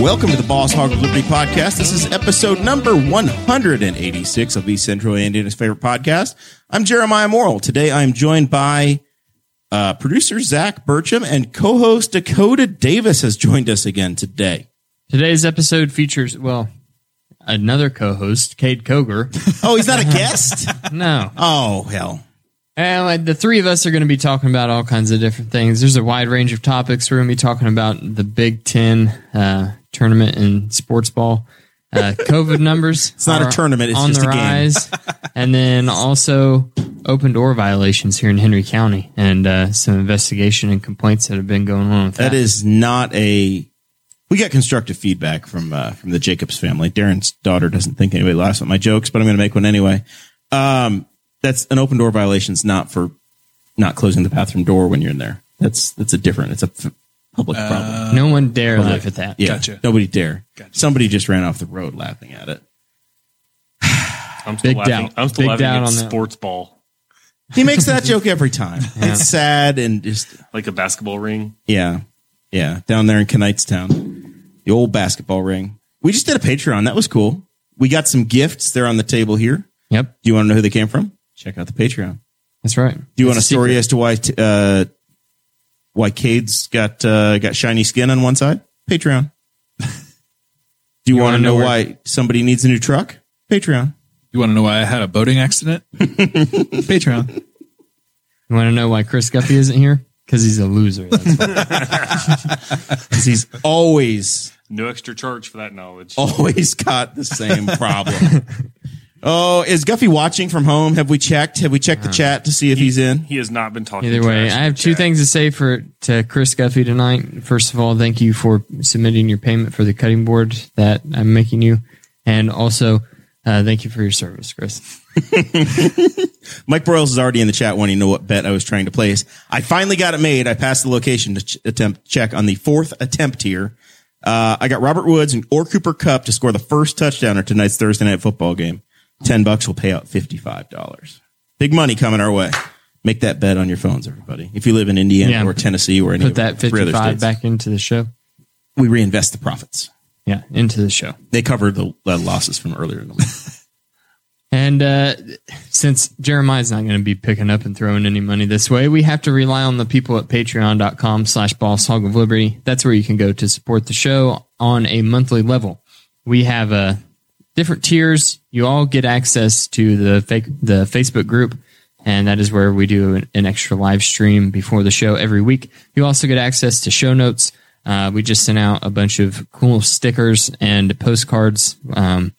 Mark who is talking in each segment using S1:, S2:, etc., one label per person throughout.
S1: Welcome to the Boss Hog of Liberty podcast. This is episode number 186 of East Central Indiana's favorite podcast. I'm Jeremiah Morrill. Today I'm joined by uh, producer Zach Burcham and co host Dakota Davis has joined us again today.
S2: Today's episode features, well, another co host, Cade Koger.
S1: Oh, he's not a guest?
S2: No.
S1: Oh, hell.
S2: And like, the three of us are going to be talking about all kinds of different things. There's a wide range of topics. We're going to be talking about the Big Ten uh, tournament in sports ball. Uh, COVID numbers. It's
S1: not a tournament, it's
S2: on
S1: just
S2: the
S1: a game.
S2: rise. and then also open door violations here in Henry County and uh, some investigation and complaints that have been going on with that.
S1: That is not a. We got constructive feedback from uh, from the Jacobs family. Darren's daughter doesn't think anybody laughs at my jokes, but I'm going to make one anyway. Um, that's an open door violation. It's not for not closing the bathroom door when you're in there. That's that's a different. It's a f- public problem.
S2: no one dare laugh at that.
S1: uh, Yeah,
S3: Uh, gotcha.
S1: nobody dare. Somebody just ran off the road laughing at it.
S3: I'm still
S2: Big
S3: laughing.
S2: doubt.
S3: I'm still
S2: Big
S3: laughing
S2: doubt
S3: at
S2: on that.
S3: sports ball,
S1: He makes that joke every time. It's sad and just
S3: like a basketball ring.
S1: Yeah. Yeah. Down there in Knightstown. The old basketball ring. We just did a Patreon. That was cool. We got some gifts. They're on the table here.
S2: Yep.
S1: Do you want to know who they came from? Check out the Patreon.
S2: That's right.
S1: Do you want a
S2: That's
S1: story
S2: secret.
S1: as to why t- uh, why Cade's got uh, got shiny skin on one side? Patreon. Do you, want to
S2: wanna
S1: know,
S2: know where-
S1: why somebody needs a new truck? Patreon.
S4: You want to know why I had a boating accident? Patreon.
S2: You want to know why Chris Guppy isn't here? Because he's a loser. That's why.
S1: Because he's always
S3: No extra charge for that knowledge.
S2: Oh.
S1: always got the same problem. oh, is Guffey watching from home? Have we checked? Have we checked
S2: Uh-huh.
S1: the chat to see if he's in?
S3: He has not been talking.
S2: Either way,
S3: trash
S2: I
S3: in
S2: have
S3: the
S2: two
S3: chat.
S2: things to say for to Chris Guffey tonight. First of all, thank you for submitting your payment for the cutting board that I'm making you, and also uh, thank you for your service, Chris.
S1: Mike Broyles is already in the chat wanting to know what bet I was trying to place. I finally got it made. I passed the location to ch- attempt check on the fourth attempt here. Uh, I got Robert Woods and or Cooper Cup to score the first touchdown at tonight's Thursday night football game. Ten bucks will pay out fifty five dollars. Big money coming our way. Make that bet on your phones, everybody. If you live in Indiana
S2: Yeah.
S1: or Tennessee or any
S2: Put
S1: of
S2: that
S1: the three other
S2: 55
S1: states,
S2: back into the show.
S1: we reinvest the profits.
S2: Yeah, into the show.
S1: they covered the uh, losses from earlier in the week.
S2: And uh, since Jeremiah's not going to be picking up and throwing any money this way, we have to rely on the people at patreon.com slash boss hog of liberty. That's where you can go to support the show on a monthly level. We have uh, different tiers. You all get access to the fake, the Facebook group, and that is where we do an, an extra live stream before the show every week. You also get access to show notes. Uh, we just sent out a bunch of cool stickers and postcards. Um,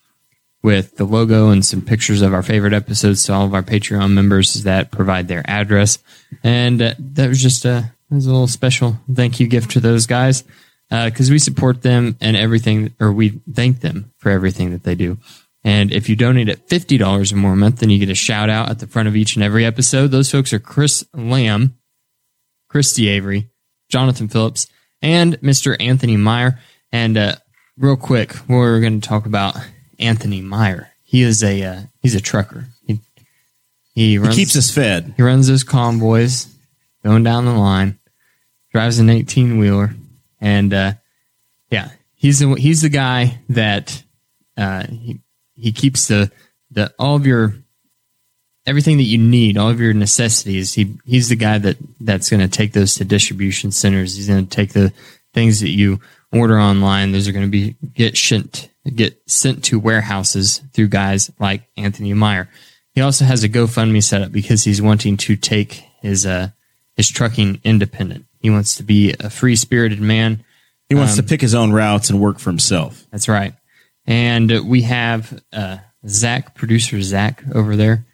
S2: with the logo and some pictures of our favorite episodes to all of our Patreon members that provide their address. And uh, that was just a, that was a little special thank you gift to those guys because we support them and everything, or we thank them for everything that they do. And if you donate at $50 or more a month, then you get a shout out at the front of each and every episode. Those folks are Chris Lamb, Christy Avery, Jonathan Phillips, and Mr. Anthony Meyer. And uh, real quick, we're going to talk about Anthony Meyer. He is a uh, he's a trucker. He he, runs,
S1: It keeps us fed.
S2: he runs those convoys going down the line, drives an eighteen wheeler, and uh, yeah, he's the he's the guy that uh, he he keeps the the all of your everything that you need, all of your necessities. He he's the guy that that's going to take those to distribution centers. He's going to take the things that you order online. Those are going to be get sent get sent to warehouses through guys like Anthony Meyer. He also has a GoFundMe set up because he's wanting to take his uh his trucking independent. He wants to be a free spirited man.
S1: He wants to pick his own routes and work for himself.
S2: That's right. And uh, we have uh, Zach, producer Zach over there,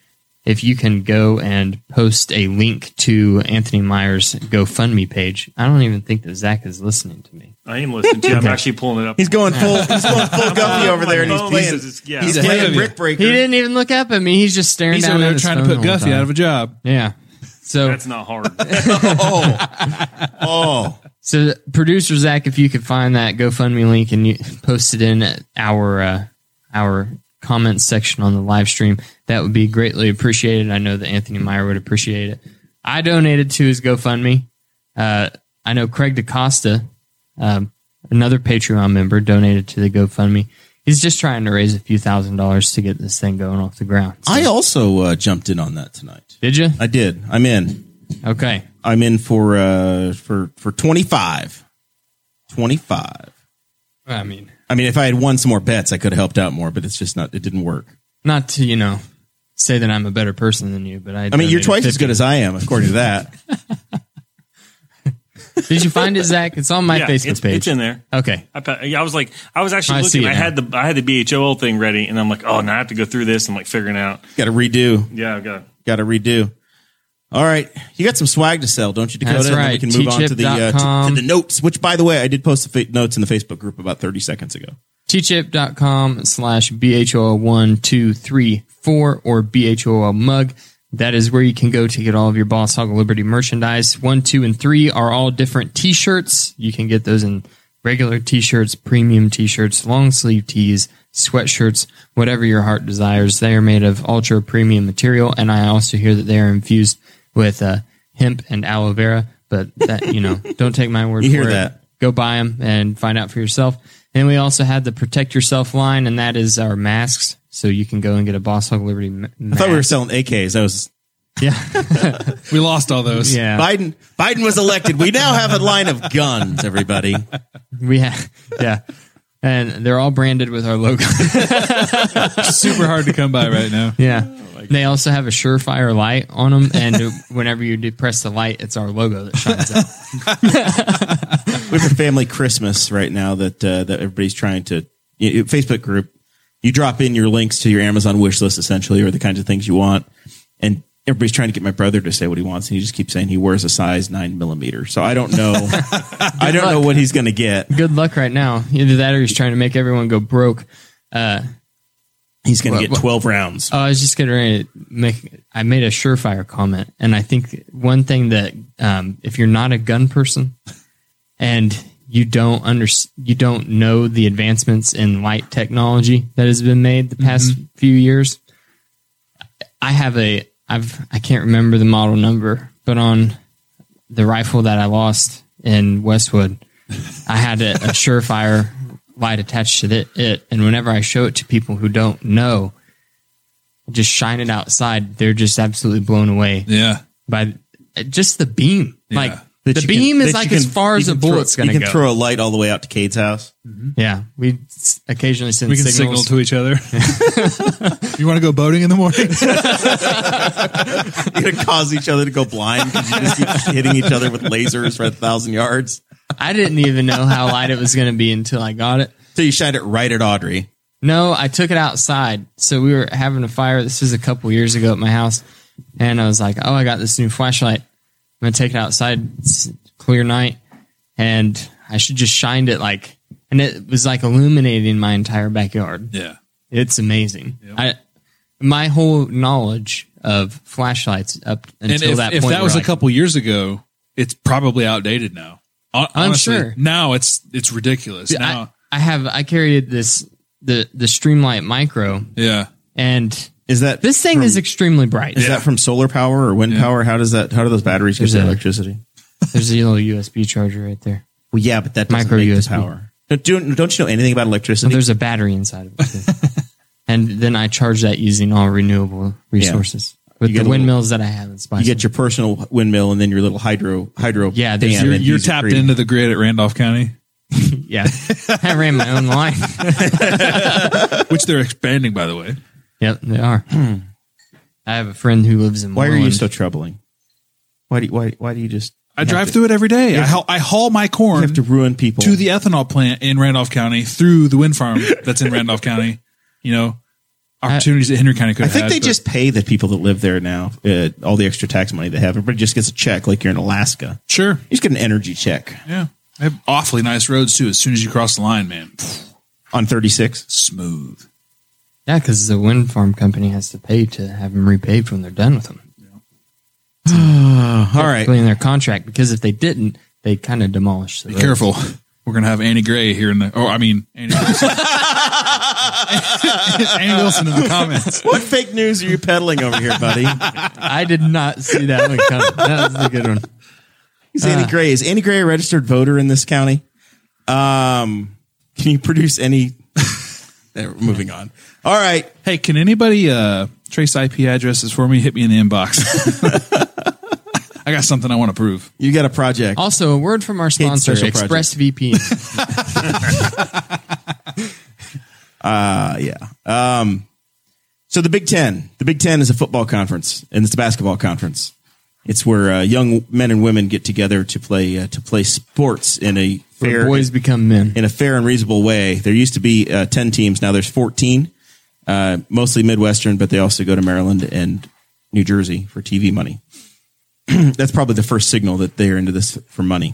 S2: if you can go and post a link to Anthony Meyer's GoFundMe page. I don't even think that Zach is listening to me.
S3: I am listening to you. I'm actually pulling it up.
S1: He's going full. He's going full Guffy over there, and he's
S3: Oh,
S1: playing.
S3: Jesus, yeah.
S1: He's
S4: He's ahead
S1: playing
S4: of you.
S1: Brick Breaker.
S2: He didn't even look up at me. He's just staring
S4: He's
S2: down
S4: over
S2: at
S4: there
S2: his
S4: trying to
S2: phone
S4: put
S2: the whole
S4: Guffey
S2: time.
S4: out of a job.
S2: Yeah. So
S3: That's not hard.
S1: Oh, oh,
S2: So, producer Zach, if you could find that GoFundMe link and you post it in our uh, our comments section on the live stream, that would be greatly appreciated. I know that Anthony Meyer would appreciate it. I donated to his GoFundMe. Uh, I know Craig DaCosta, um, another Patreon member, donated to the GoFundMe. He's just trying to raise a few thousand dollars to get this thing going off the ground. So-
S1: I also uh, jumped in on that tonight.
S2: did you?
S1: I did. I'm in.
S2: Okay.
S1: I'm in for uh for for 25. 25.
S2: I mean,
S1: I mean, if I had won some more bets, I could have helped out more, but it's just not it didn't work.
S2: not to you know say that I'm a better person than you, but I.
S1: I mean, you're twice as good as I am according to that.
S2: Did you find it, Zach? It's on my
S3: Yeah,
S2: Facebook
S3: it's,
S2: page.
S3: It's in there.
S2: Okay.
S3: I, pa- yeah, I was like, I was actually
S2: I see
S3: looking.
S2: it
S3: I had the I had the BHOL thing ready, and I'm like, oh, now I have to go through this. I'm like figuring out.
S1: got to redo.
S3: Yeah, I've got.
S1: Got to redo. All right, you got some swag to sell, don't you, Dakota?
S2: That's
S1: And then
S2: right.
S1: We can move on to the uh, to, to
S2: Tchip.com.
S1: the notes, which, by the way, I did post the fa- notes in the Facebook group about 30 seconds ago.
S2: tchip.com slash BHOL1234 or BHOL mug. That is where you can go to get all of your Boss Hog Liberty merchandise. One, two, and three are all different t shirts. You can get those in regular t shirts, premium t shirts, long sleeve tees, sweatshirts, whatever your heart desires. They are made of ultra premium material. And I also hear that they are infused with uh, hemp and aloe vera. But that, you know, don't take my word
S1: You
S2: for
S1: hear
S2: it
S1: that.
S2: go buy them and find out for yourself. And we also had the protect yourself line, and that is our masks. So you can go and get a Boss Hog Liberty ma-
S1: I
S2: mask.
S1: thought we were selling AKs. I was
S2: yeah,
S4: We lost all those.
S2: yeah.
S1: Biden. Biden was elected. We now have a line of guns. Everybody.
S2: We have, yeah, and they're all branded with our logo.
S4: Super hard to come by right now.
S2: yeah, they also have a Surefire light on them, and whenever you depress the light, it's our logo that shines out.
S1: we have a family Christmas right now that uh, that everybody's trying to you you- Facebook group. You drop in your links to your Amazon wish list, essentially, or the kinds of things you want, and everybody's trying to get my brother to say what he wants, and he just keeps saying he wears a size nine millimeter. So I don't know, I don't know what he's going to get.
S2: Good luck right now. Either that, or he's trying to make everyone go broke.
S1: He's going
S2: Well,
S1: to get
S2: well-
S1: twelve rounds.
S2: Oh, I was just getting ready to make. I made a surefire comment, and I think one thing that um, if you're not a gun person and you don't under, you don't know the advancements in light technology that has been made the past few years. I have a I've I can't remember the model number, but on the rifle that I lost in Westwood, I had a, a surefire light attached to it, it, and whenever I show it to people who don't know just shine it outside, they're just absolutely blown away
S4: Yeah.
S2: by just the beam. Like
S1: That
S2: the
S1: you can-
S2: beam is
S1: that
S2: like
S1: you
S2: as
S1: can-
S2: far
S1: you
S2: as a
S1: can throw-
S2: bullet's going
S1: You
S2: to
S1: can
S2: go.
S1: throw a light all the way out to Cade's house.
S2: yeah, we s- occasionally send
S4: We can
S2: signals.
S4: signal to each other. you want to go boating in the morning?
S1: You're going to cause each other to go blind because you just keep hitting each other with lasers for a thousand yards.
S2: I didn't even know how light it was going to be until I got it.
S1: So you shine it right at Audrey.
S2: No, I took it outside. So we were having a fire. This was a couple years ago at my house, and I was like, "Oh, I got this new flashlight. I'm gonna take it outside. It's a clear night, and I should just shined it like, and it was like illuminating my entire backyard.
S4: yeah.
S2: It's amazing. I my whole knowledge of flashlights up until
S4: And if
S2: that
S4: if
S2: point.
S4: that
S2: were
S4: was
S2: like,
S4: a couple years ago, it's probably outdated now. Hon-
S2: I'm
S4: honestly,
S2: sure.
S4: Now it's it's ridiculous.
S2: I,
S4: Now,
S2: I have I carried this the the Streamlight Micro,
S4: yeah.
S2: and
S1: Is that
S2: this thing is extremely bright.
S1: Is that from solar power or wind power? How does that? How do those batteries get
S2: There's
S1: the
S2: a-
S1: electricity?
S2: There's a little USB charger right there.
S1: Well, yeah, but that doesn't
S2: Micro
S1: make the
S2: USB.
S1: power. Don't, do don't you know anything about
S2: But
S1: electricity?
S2: there's a battery inside of it. Too. and then I charge that using all renewable resources with
S1: You get a
S2: the
S1: little-
S2: windmills that I have in
S1: you
S2: Spice.
S1: get your personal windmill and then your little hydro hydro.
S2: Yeah, there's
S1: dam
S2: your-
S4: You're,
S1: and
S4: you're
S1: use it
S4: tapped
S1: for-
S4: into the grid at Randolph County,
S2: yeah. I ran my own line.
S4: which they're expanding, by the way.
S2: yep, they are. I have a friend who lives in
S1: Why are you
S2: Moreland.
S1: so troubling? Why do you, why why do you just?
S4: I drive through it every day. I, haul, I haul my
S1: You
S4: corn
S1: have to ruin people.
S4: to the ethanol plant in Randolph County through the wind farm that's in Randolph County. You know, opportunities that Henry County could
S1: I
S4: have
S1: think
S4: had,
S1: they
S4: but
S1: just pay the people that live there now uh, all the extra tax money they have. Everybody just gets a check like you're in Alaska.
S4: sure.
S1: You just get an energy check
S4: Yeah. They have awfully nice roads too. As soon as you cross the line, man, pff,
S1: on 36.
S4: smooth.
S2: Yeah, because the wind farm company has to pay to have them repaved when they're done with them.
S1: All right.
S2: In their contract, because if they didn't, they kind of demolish the
S4: Be
S2: road.
S4: careful. We're gonna have Annie Gray here in the. Oh, I mean Annie Wilson. Annie Wilson in the comments.
S1: What fake news are you peddling over here, buddy?
S2: I did not see that one coming. That was a good one.
S1: He's Andy Gray. Is Andy Gray a registered voter in this county? Um, can you produce any? There, we're moving on. All right.
S4: Hey, can anybody uh, trace IP addresses for me? Hit me in the inbox. I got something I want to prove.
S1: You got a project.
S2: Also, a word from our sponsor,
S1: social project.
S2: ExpressVPN.
S1: Uh, yeah. Um, so the Big Ten. The Big Ten is a football conference, and it's a basketball conference. It's where uh, young men and women get together to play uh, to play sports in a fair
S2: Where boys become men.
S1: in a fair and reasonable way. There used to be uh, ten teams. Now there's fourteen, uh, mostly Midwestern, but they also go to Maryland and New Jersey for TV money. That's probably the first signal that they're into this for money.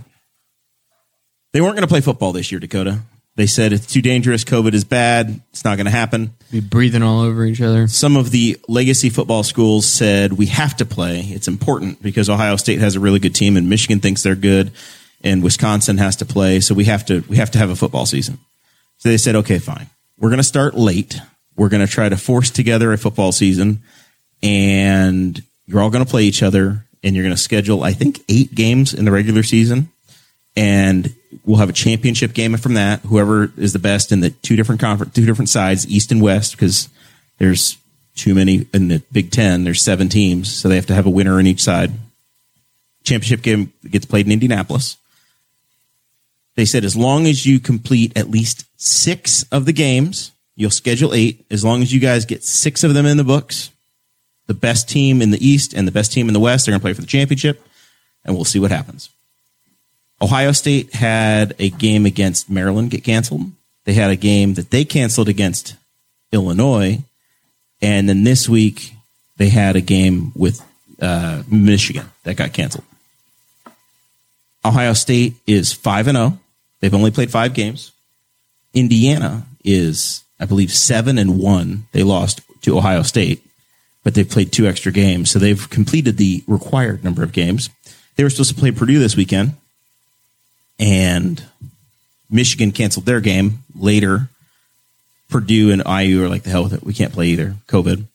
S1: They weren't going to play football this year, Dakota. They said it's too dangerous. COVID is bad. It's not going to happen
S2: Be breathing all over each other.
S1: some of the legacy football schools said we have to play. It's important because Ohio State has a really good team and Michigan thinks they're good and Wisconsin has to play, so we have to we have to have a football season. So they said, "Okay, fine. We're going to start late. We're going to try to force together a football season and you're all going to play each other and you're going to schedule I think 8 games in the regular season and we'll have a championship game from that. Whoever is the best in the two different conference, two different sides, East and West, because there's too many in the Big Ten. There's seven teams, so they have to have a winner in each side. Championship game gets played in Indianapolis. They said as long as you complete at least six of the games, you'll schedule eight. As long as you guys get six of them in the books, the best team in the East and the best team in the West are going to play for the championship, and we'll see what happens. Ohio State had a game against Maryland get canceled. They had a game that they canceled against Illinois. And then this week, they had a game with uh, Michigan that got canceled. Ohio State is 5 and 0. They've only played five games. Indiana is, I believe, 7 and 1. They lost to Ohio State, but they've played two extra games. So they've completed the required number of games. They were supposed to play Purdue this weekend and Michigan canceled their game later. Purdue and IU are like the hell with it. We can't play either. COVID.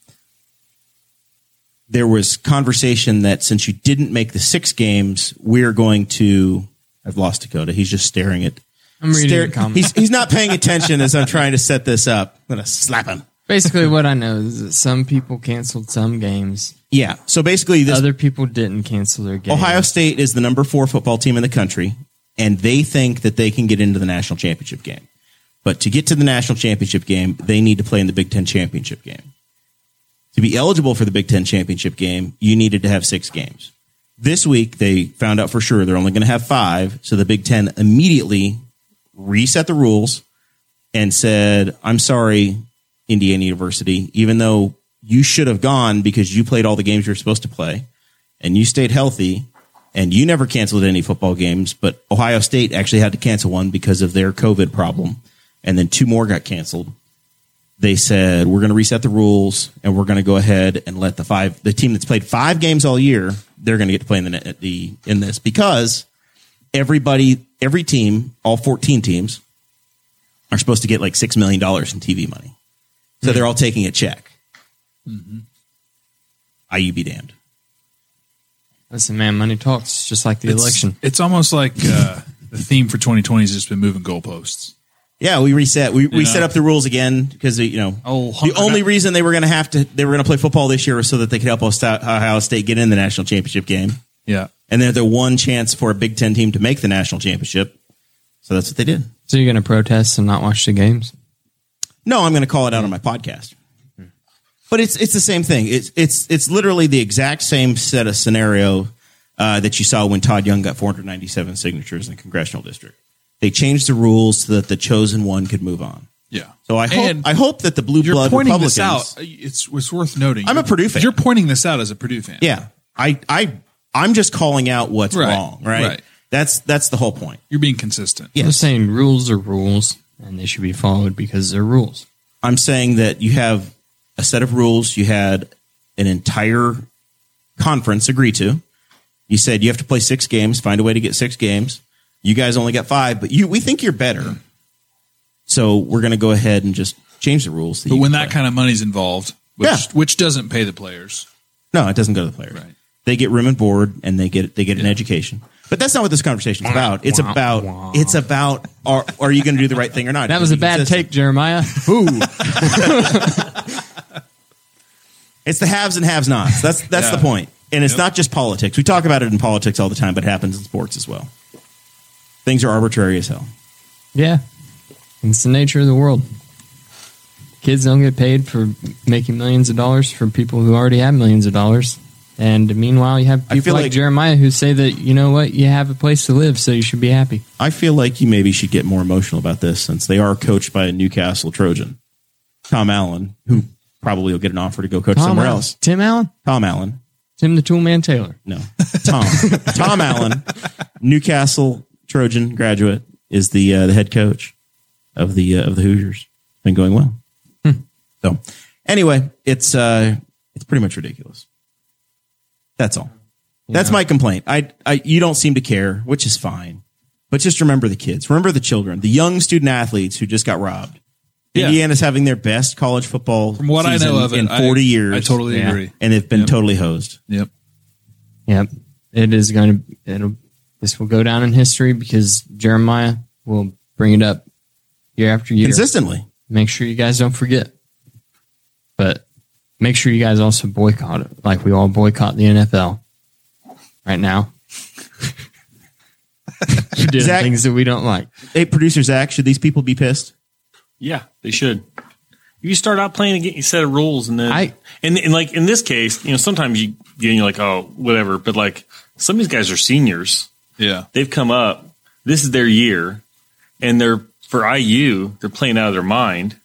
S1: There was conversation that since you didn't make the six games, we're going to. I've lost Dakota. He's just staring at.
S2: I'm reading
S1: stare-
S2: the comments.
S1: he's he's not paying attention as I'm trying to set this up. I'm gonna slap him.
S2: Basically, what I know is that some people canceled some games.
S1: Yeah. So basically, this
S2: Other people didn't cancel their games.
S1: Ohio State is the number four football team in the country, and they think that they can get into the national championship game. But to get to the national championship game, they need to play in the Big Ten championship game. To be eligible for the Big Ten championship game, you needed to have six games. This week, they found out for sure they're only going to have five. So the Big Ten immediately reset the rules and said, I'm sorry, Indiana University, even though you should have gone because you played all the games you're supposed to play and you stayed healthy and you never canceled any football games, but Ohio State actually had to cancel one because of their COVID problem. And then two more got canceled. They said, we're going to reset the rules and we're going to go ahead and let the five, the team that's played five games all year, they're going to get to play in the, the, in this because everybody, every team, all 14 teams are supposed to get like $6 million in TV money. So they're all taking a check. IU be damned.
S2: Listen, man, money talks, just like the
S4: It's-
S2: election.
S4: It's almost like uh, the theme for 2020 has just been moving goalposts.
S1: Yeah, we reset. We, we
S4: Yeah.
S1: set up the rules again because you know
S4: Oh,
S1: the
S4: Hunter-
S1: only reason they were going to have to they were going to play football this year was so that they could help us- Ohio State get in the national championship game,
S4: Yeah.
S1: and they're the one chance for a Big Ten team to make the national championship. So that's what they did.
S2: So you're going to protest and not watch the games?
S1: No, I'm going to call it out on my podcast. But it's it's the same thing. It's it's it's literally the exact same set of scenario uh, that you saw when Todd Young got 497 signatures in the congressional district. They changed the rules so that the chosen one could move on.
S4: Yeah.
S1: So I hope
S4: And
S1: I hope that the blue
S4: You're
S1: blood
S4: pointing
S1: Republicans.
S4: this out. It's, it's worth noting.
S1: I'm a Purdue fan.
S4: You're pointing this out as a Purdue fan.
S1: Yeah, I I I'm just calling out what's
S4: Right,
S1: wrong. Right?
S4: right.
S1: That's that's the whole point.
S4: You're being consistent.
S2: I'm just saying rules are rules and they should be followed because they're rules.
S1: I'm saying that you have a set of rules you had an entire conference agree to. You said you have to play six games, find a way to get six games. You guys only got five, but you we think you're better. So we're gonna go ahead and just change the rules.
S4: But
S1: you can
S4: when that
S1: play.
S4: kind of money's involved, which,
S1: Yeah.
S4: which doesn't pay the players.
S1: No, it doesn't go to the players.
S4: Right.
S1: They get room and board, and they get they get an education. But that's not what this conversation is about. It's about it's about are are you going to do the right thing or not?
S2: That was a bad take, Jeremiah. Ooh.
S1: It's the haves and haves nots. That's that's
S4: Yeah.
S1: the point. And it's not just politics. We talk about it in politics all the time, but it happens in sports as well. Things are arbitrary as hell.
S2: yeah. It's the nature of the world. Kids don't get paid for making millions of dollars for people who already have millions of dollars. And meanwhile, you have
S1: I
S2: people
S1: feel
S2: like,
S1: like-
S2: Jeremiah who say that, you know what, you have a place to live, so you should be happy.
S1: I feel like you maybe should get more emotional about this since they are coached by a Newcastle Trojan, Tom Allen, who probably will get an offer to go coach
S2: Tom
S1: somewhere
S2: Allen-
S1: else.
S2: Tim Allen?
S1: Tom Allen.
S2: Tim the Toolman Taylor.
S1: No, Tom. Tom Allen, Newcastle Trojan graduate, is the uh, the head coach of the uh, of the Hoosiers. Been going well.
S4: Hmm.
S1: So, anyway, it's uh, it's pretty much ridiculous. That's all. That's my complaint. I, I you don't seem to care, which is fine. But just remember the kids. Remember the children, the young student athletes who just got robbed.
S4: Yeah.
S1: Indiana's having their best college football
S4: From what I
S1: season
S4: know of it,
S1: in
S4: I-
S1: 40 years.
S4: I totally
S2: Yeah.
S4: agree.
S1: and they've been totally hosed.
S4: Yep.
S2: Yep. It is going to, it'll, this will go down in history because Jeremiah will bring it up year after year.
S1: Consistently.
S2: Make sure you guys don't forget. But make sure you guys also boycott it, like we all boycott the NFL right now. We're doing
S1: Zach-
S2: things that we don't like.
S1: Hey, producer Zach, should these people be pissed?
S3: Yeah, they should. If you start out playing a ga- set of rules, and then
S2: I-
S3: and, and like in this case, you know, sometimes you you're like, oh, whatever. But like some of these guys are seniors;
S4: Yeah.
S3: they've come up. This is their year, and they're for IU. They're playing out of their mind.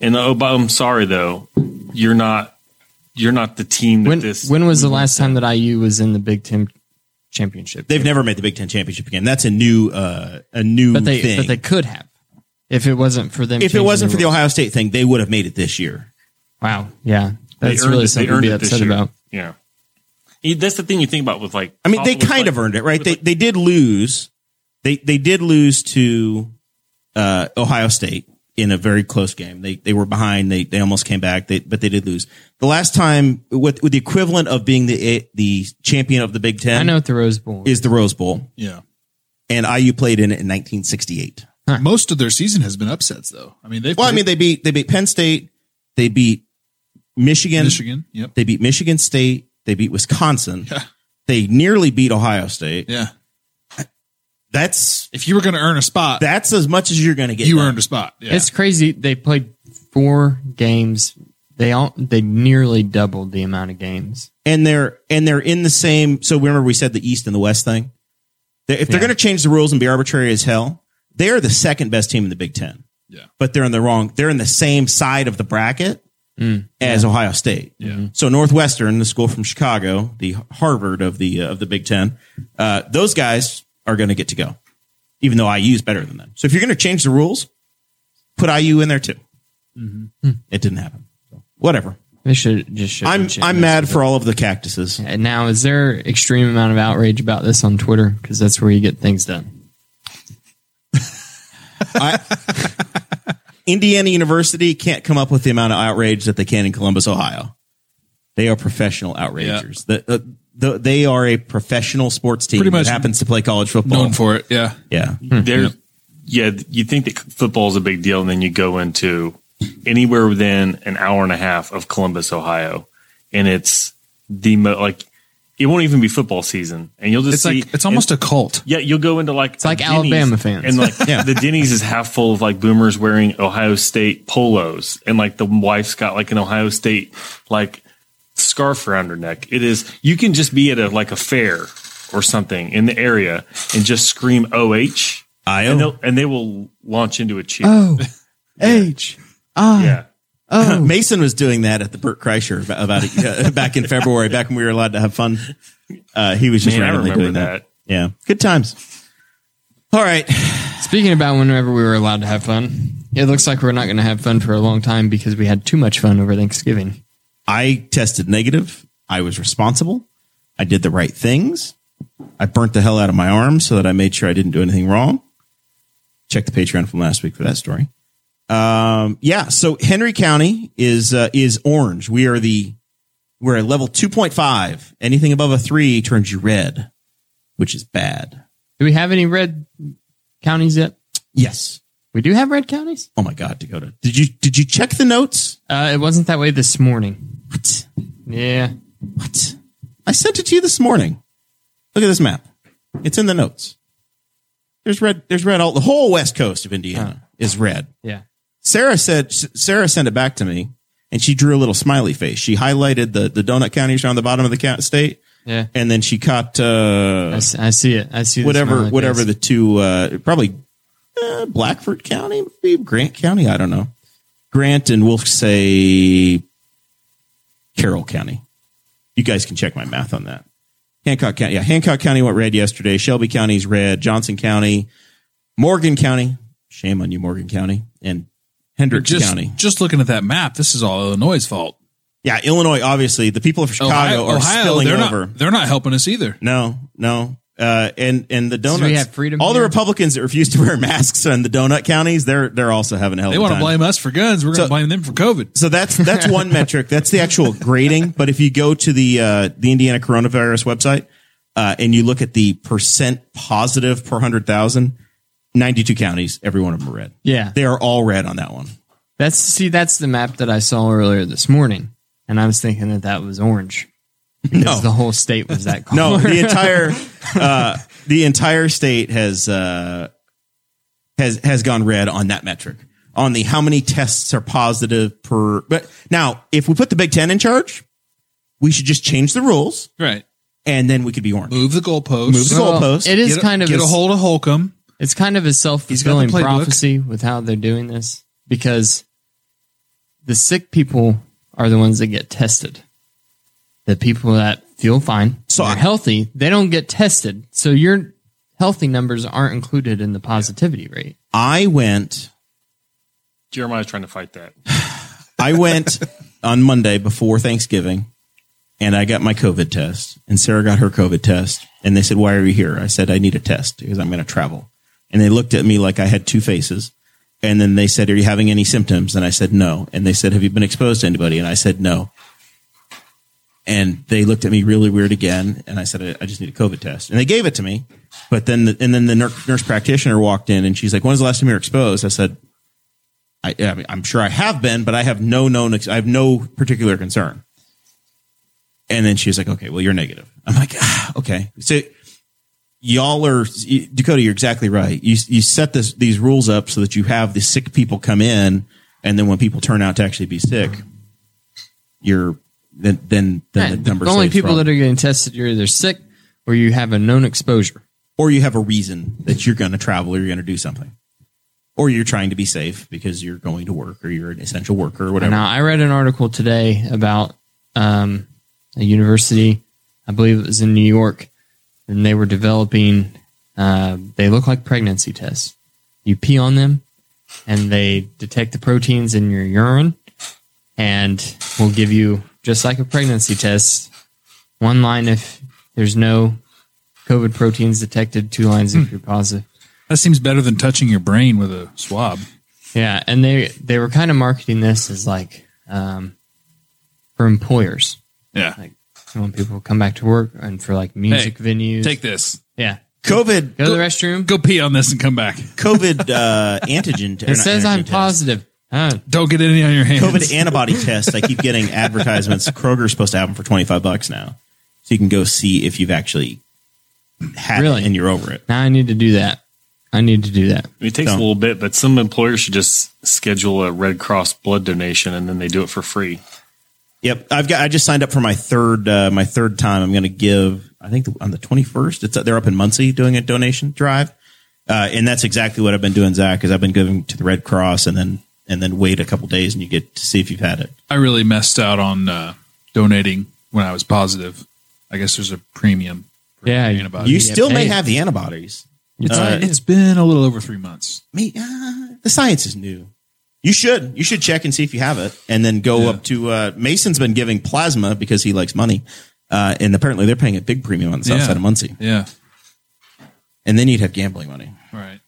S3: And oh, but I'm sorry though, you're not you're not the team that
S2: When,
S3: this.
S2: when was the last time that IU was in the Big Ten championship?
S1: They've never made the Big Ten championship again. That's a new, uh, a new
S2: but they
S1: thing.
S2: but they could have if it wasn't for them.
S1: if it
S2: changing
S1: wasn't for the
S2: rules.
S1: Ohio State thing, they would have made it this year.
S2: wow, yeah,
S3: they
S2: that's
S3: earned
S2: really
S3: it- they
S2: something to
S3: earned
S2: be
S3: it this
S2: upset
S3: year.
S2: about.
S3: Yeah, You- that's the thing you think about with like.
S1: I mean, they
S3: with,
S1: kind
S3: like-
S1: of earned it, right?
S3: with,
S1: They
S3: like-
S1: they did lose. They they did lose to uh, Ohio State in a very close game. They they were behind. They they almost came back. They but they did lose. The last time with with the equivalent of being the the champion of the Big Ten
S2: I know at the Rose Bowl.
S1: is the Rose Bowl,
S4: Yeah.
S1: and IU played in it in 1968.
S4: Most of their season has been upsets, though. I mean, they've
S1: Well, I
S4: played
S1: mean, they beat they beat Penn State, they beat Michigan,
S4: Michigan. Yep.
S1: they beat Michigan State, they beat Wisconsin, they nearly beat Ohio State.
S4: Yeah.
S1: That's
S4: If you were going to earn a spot,
S1: that's as much as you're going to get.
S4: you
S1: done.
S4: earned a spot. Yeah.
S2: It's crazy. They played four games. They all they nearly doubled the amount of games.
S1: and they're and they're in the same. So remember we said the East and the West thing. They- If they're
S2: Yeah.
S1: going to change the rules and be arbitrary as hell, they are the second best team in the Big Ten.
S4: Yeah.
S1: but they're in the wrong. They're in the same side of the bracket as Ohio State.
S4: Yeah.
S1: So Northwestern, the school from Chicago, the Harvard of the uh, of the Big Ten, uh, those guys are going to get to go, even though IU is better than them. So if you're going to change the rules, put IU in there too. Mm-hmm. Hmm. It didn't happen. So, whatever.
S2: They should just should.
S1: I'm I'm mad for all of the cactuses.
S2: And now, is there extreme amount of outrage about this on Twitter? Because that's where you get things done.
S1: I, Indiana University can't come up with the amount of outrage that they can in Columbus, Ohio. They are professional outragers. The, uh, the, they are a professional sports team
S4: Pretty much
S1: that happens to play college football.
S4: known for it. Yeah.
S1: yeah.
S3: There, yeah, you think that football is a big deal, and then you go into anywhere within an hour and a half of Columbus, Ohio, and it's the mo- like it won't even be football season, and you'll just
S4: It's
S3: see
S4: like, it's almost a cult.
S3: yeah, you'll go into like it's
S2: like Alabama fans.
S3: and like
S1: Yeah.
S3: the Denny's is half full of like boomers wearing Ohio State polos, and like the wife's got like an Ohio State like scarf around her neck. It is you can just be at a like a fair or something in the area and just scream OH,
S1: IO.
S3: and they'll and they will launch into a cheer.
S2: Oh,
S4: H.
S3: yeah.
S1: Mason was doing that at the Burt Kreischer about, about it, uh, back in February, back when we were allowed to have fun. Uh, he was just
S3: Man, I
S1: randomly
S3: remember
S1: doing that.
S3: that.
S1: Yeah, good times. All right,
S2: Speaking about whenever we were allowed to have fun, it looks like we're not going to have fun for a long time because we had too much fun over Thanksgiving.
S1: I tested negative. I was responsible. I did the right things. I burnt the hell out of my arm so that I made sure I didn't do anything wrong. Check the Patreon from last week for that story. Um, yeah, so Henry County is uh, is orange. We are the we're at level two point five. Anything above a three turns you red, which is bad.
S2: Do we have any red counties yet?
S1: Yes.
S2: We do have red counties.
S1: Oh my God, Dakota! Did you did you check the notes?
S2: Uh, it wasn't that way this morning.
S1: What?
S2: Yeah.
S1: What? I sent it to you this morning. Look at this map. It's in the notes. There's red. There's red. All the whole west coast of Indiana is red.
S2: Yeah.
S1: Sarah said. S- Sarah sent it back to me, and she drew a little smiley face. She highlighted the the donut counties around the bottom of the count state,
S2: Yeah.
S1: and then she caught
S2: I,
S1: uh,
S2: s- I see it. I see the smile
S1: whatever
S2: on
S1: whatever
S2: face.
S1: the two uh, probably uh, Blackford County, maybe Grant County. I don't know. Grant and we'll say Carroll County. You guys can check my math on that. Hancock County, yeah, Hancock County went red yesterday. Shelby County's red. Johnson County, Morgan County. Shame on you, Morgan County, and Hendricks
S4: Just,
S1: County.
S4: just looking at that map, this is all Illinois' fault.
S1: Yeah, Illinois. Obviously, the people of Chicago are spilling
S4: they're
S1: over.
S4: Not, they're not helping us either.
S1: No, no. Uh, and and the donuts.
S2: we have freedom
S1: all the
S2: here?
S1: Republicans that refuse to wear masks in the donut counties, they're they're also having a hell of
S4: They
S1: a
S4: want to
S1: time.
S4: blame us for guns. We're going to
S1: So-
S4: blame them for COVID.
S1: so that's that's one metric. That's the actual grading. But if you go to the uh, the Indiana coronavirus website uh, and you look at the percent positive per hundred thousand, 92 counties, every one of them are red.
S2: Yeah.
S1: They are all red on that one.
S2: That's see. That's the map that I saw earlier this morning, and I was thinking that that was orange. Because The whole state was that
S1: No,
S2: color.
S1: the entire uh, the entire state has uh, has has gone red on that metric on the how many tests are positive per. But now, if we put the Big Ten in charge, we should just change the rules,
S4: Right.
S1: and then we could be orange.
S4: Move the goalposts.
S1: Move the
S2: Well,
S1: goalpost.
S2: It is
S4: Get a-
S2: kind of
S4: get
S2: a,
S4: a hold of Holcomb.
S2: It's kind of a self
S4: got the
S2: fulfilling
S4: playbook.
S2: prophecy with how they're doing this because the sick people are the ones that get tested. The people that feel fine,
S1: So
S2: so are
S1: I-
S2: healthy, they don't get tested. So your healthy numbers aren't included in the positivity rate.
S1: I went
S3: Jeremiah's trying to fight that.
S1: I went on Monday before Thanksgiving and I got my COVID test and Sarah got her COVID test and they said, why are you here? I said, I need a test because I'm going to travel. And they looked at me like I had two faces. And then they said, are you having any symptoms? And I said, no. And they said, have you been exposed to anybody? And I said, no. And they looked at me really weird again. And I said, I, I just need a COVID test. And they gave it to me. But then, the, and then the nur- nurse practitioner walked in and she's like, when's the last time you were exposed? I said, I, I mean, I'm sure I have been, but I have no known, ex- I have no particular concern. And then she's like, okay, well, you're negative. I'm like, ah, okay. So y'all are, you- Dakota, you're exactly right. You, you set this, these rules up so that you have the sick people come in. And then when people turn out to actually be sick, you're, then, then, then
S2: Yeah,
S1: the number
S2: only people that are getting tested, you're either sick or you have a known exposure.
S1: or you have a reason that you're going to travel or you're going to do something. Or you're trying to be safe because you're going to work or you're an essential worker or whatever.
S2: Now, I read an article today about um, a university, I believe it was in New York, and they were developing, uh, they look like pregnancy tests. You pee on them, and they detect the proteins in your urine, and will give you, just like a pregnancy test, one line if there's no COVID proteins detected, two lines if you're positive.
S4: That seems better than touching your brain with a swab.
S2: Yeah, and they they were kind of marketing this as like um, for employers.
S4: Yeah.
S2: Like you want people to come back to work and for like music venues.
S4: Take this.
S2: yeah.
S1: COVID
S2: Go, to the restroom.
S4: Go pee on this and come back.
S1: COVID uh, antigen. or
S2: it
S1: not
S2: says
S1: antigen
S2: I'm
S1: test.
S2: positive. Oh, Huh.
S4: Don't get any on your hands.
S1: COVID antibody test. I keep getting advertisements. Kroger's supposed to have them for twenty five bucks now, so you can go see if you've actually had
S2: Really?
S1: it and you're over it.
S2: Now I need to do that. I need to do that.
S3: It takes a
S1: Don't.
S3: little bit, but some employers should just schedule a Red Cross blood donation and then they do it for free.
S1: Yep, I've got. I just signed up for my third uh, my third time. I'm going to give. I think on the twenty first. It's they're up in Muncie doing a donation drive, uh, and that's exactly what I've been doing, Zach. Is I've been giving to the Red Cross and then and then wait a couple days and you get to see if you've had it.
S4: I really messed out on uh, donating when I was positive. I guess there's a premium. For
S2: Yeah,
S4: antibiotics.
S1: You
S2: Oh, get
S1: still may
S2: paid.
S1: have the antibodies.
S4: It's,
S1: Uh,
S4: it's been a little over three months.
S1: Me, uh, the science is new. You should you should check and see if you have it, and then go
S4: Yeah.
S1: up to uh, Mason's been giving plasma because he likes money, uh, and apparently they're paying a big premium on the south
S4: Yeah.
S1: side of Muncie,
S4: Yeah.
S1: and then you'd have gambling money.
S4: Right.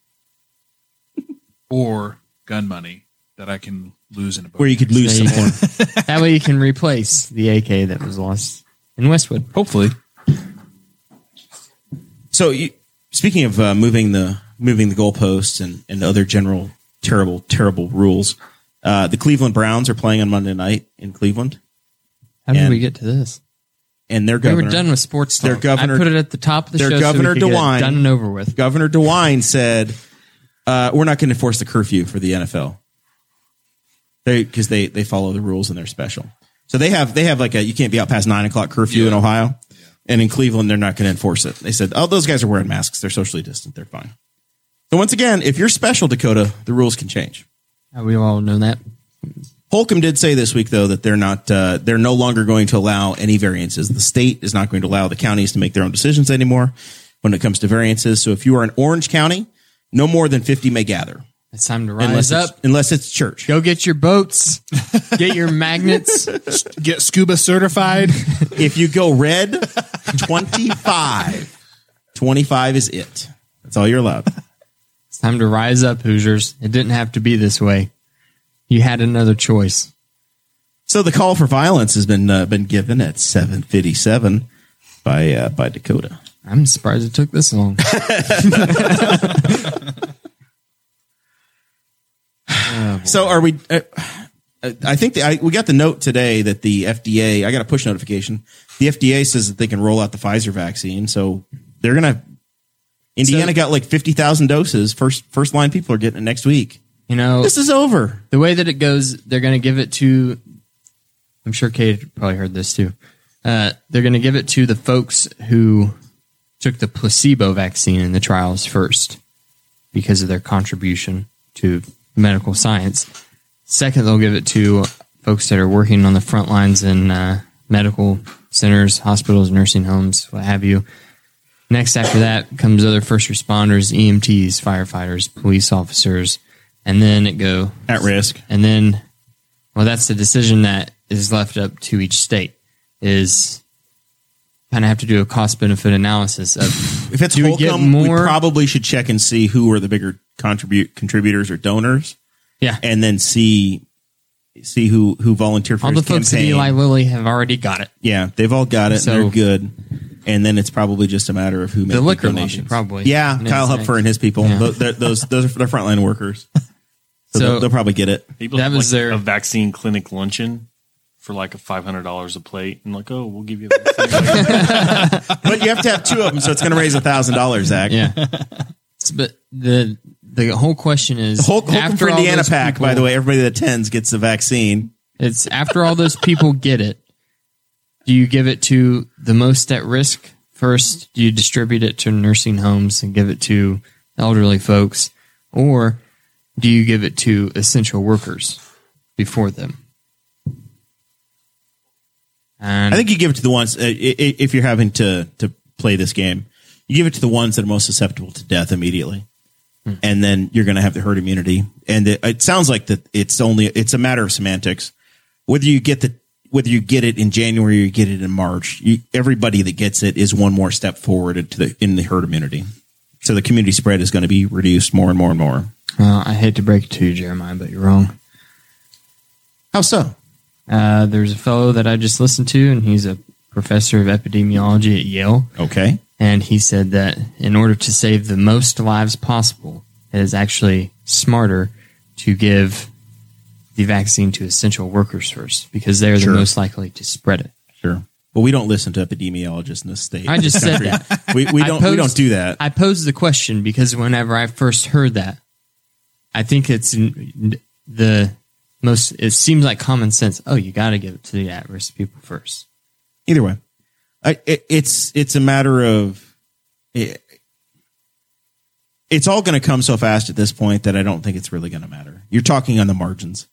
S4: or gun money that I can lose in a boat.
S1: Where you could lose
S2: There
S1: some
S2: you
S1: more.
S2: That way you can replace the AK that was lost in Westwood.
S4: Hopefully.
S1: So, you, speaking of uh, moving the moving the goalposts and and other general terrible terrible rules, uh, the Cleveland Browns are playing on Monday night in Cleveland,
S2: How did
S1: And
S2: we get to this?
S1: and their
S2: We
S1: governor
S2: were done with sports. Talk.
S1: Their governor-
S2: I put it at the top of the
S1: their
S2: show. so we
S1: governor
S2: could get it
S1: DeWine-
S2: done and over with.
S1: Governor DeWine said, uh, "We're not going to enforce the curfew for the NFL. They because they they follow the rules and they're special. So they have they have like a you can't be out past nine o'clock curfew in Ohio, and in Cleveland they're not going to enforce it. They said, oh, those guys are wearing masks. They're socially distant. They're fine. So once again, if you're special, Dakota, the rules can change.
S2: Uh, We all know that.
S1: Holcomb did say this week, though, that they're not uh, they're no longer going to allow any variances. The state is not going to allow the counties to make their own decisions anymore when it comes to variances. So if you are in Orange County, no more than fifty may gather
S2: It's time to
S1: unless
S2: rise
S1: it's,
S2: up.
S1: unless it's church.
S2: Go get your boats. Get your magnets.
S4: Get scuba certified.
S1: If you go red, 25. 25 is it. That's all you're allowed.
S2: It's time to rise up, Hoosiers. It didn't have to be this way. You had another choice.
S1: So the call for violence has been uh, been given at 7:57 by uh, by Dakota.
S2: I'm surprised it took this long.
S1: So are we? Uh, I think the, I, we got the note today that the FDA. I got a push notification. The FDA says that they can roll out the Pfizer vaccine. So they're gonna. Indiana got like fifty thousand doses. First first line people are getting it next week.
S2: You know,
S1: This is over.
S2: the way that it goes, they're going to give it to. I'm sure Kate probably heard this too. Uh, they're going to give it to the folks who took the placebo vaccine in the trials first because of their contribution to medical science. Second, they'll give it to folks that are working on the front lines in uh, medical centers, hospitals, nursing homes, what have you. Next, after that, comes other first responders, EMTs, firefighters, police officers, and then it go
S1: At risk.
S2: and then, well, that's the decision that is left up to each state. Is kind of have to do a cost benefit analysis of
S1: If it's
S2: Do we get
S1: Holcomb, we,
S2: more-
S1: probably should check and see who are the bigger contribute contributors or donors,
S2: yeah.
S1: and then see see who who volunteered for
S2: All the
S1: his
S2: folks
S1: campaign.
S2: at Eli Lilly have already got it.
S1: Yeah, they've all got it.
S2: So-
S1: and they're good. And then it's probably just a matter of who made
S2: liquor lobby,
S1: donations.
S2: probably.
S1: Yeah,
S2: And
S1: Kyle
S2: it's next.
S1: Hupfer and his people.
S2: Yeah.
S1: Tho- they're- Those, those are the frontline workers. So, they'll,
S2: So-
S1: they'll probably get it.
S3: People
S2: That
S3: have,
S2: was
S3: like,
S2: their-
S3: a vaccine clinic luncheon for like a five hundred dollars a plate, and like, oh, we'll give you. That
S1: But you have to have two of them, so it's going to raise a thousand dollars, Zach.
S2: Yeah. It's- but the the whole question is
S1: Hol- Holcomb for
S2: all
S1: Indiana
S2: those
S1: pack, by
S2: people-
S1: the way. Everybody that attends gets the vaccine.
S2: It's after all those people get it, do you give it to the most at risk first? Do you distribute it to nursing homes and give it to elderly folks? Or do you give it to essential workers before them? And
S1: I think you give it to the ones uh, i- i- if you're having to to play this game, you give it to the ones that are most susceptible to death immediately,
S2: Hmm.
S1: and then you're going to have the herd immunity. And it, it sounds like that it's only it's a matter of semantics whether you get the whether you get it in January or you get it in March. You, everybody that gets it is one more step forward into the in the herd immunity. So the community spread is going to be reduced more and more and more.
S2: Well, I hate to break it to you, Jeremiah, but you're wrong.
S1: How so?
S2: Uh, there's a fellow that I just listened to, and he's a professor of epidemiology at Yale.
S1: Okay.
S2: And he said that in order to save the most lives possible, it is actually smarter to give the vaccine to essential workers first because they are
S1: Sure.
S2: the most likely to spread it.
S1: Sure. Well, we don't listen to epidemiologists in this state.
S2: I just said that.
S1: we, we
S2: I
S1: don't we
S2: posed-
S1: don't do that.
S2: I posed the question because whenever I first heard that, I think it's n- the most, it seems like common sense. Oh, you got to give it to the at risk people first.
S1: either way I, it, it's it's a matter of it, it's all going to come so fast at this point that I don't think it's really going to matter. You're talking on the margins.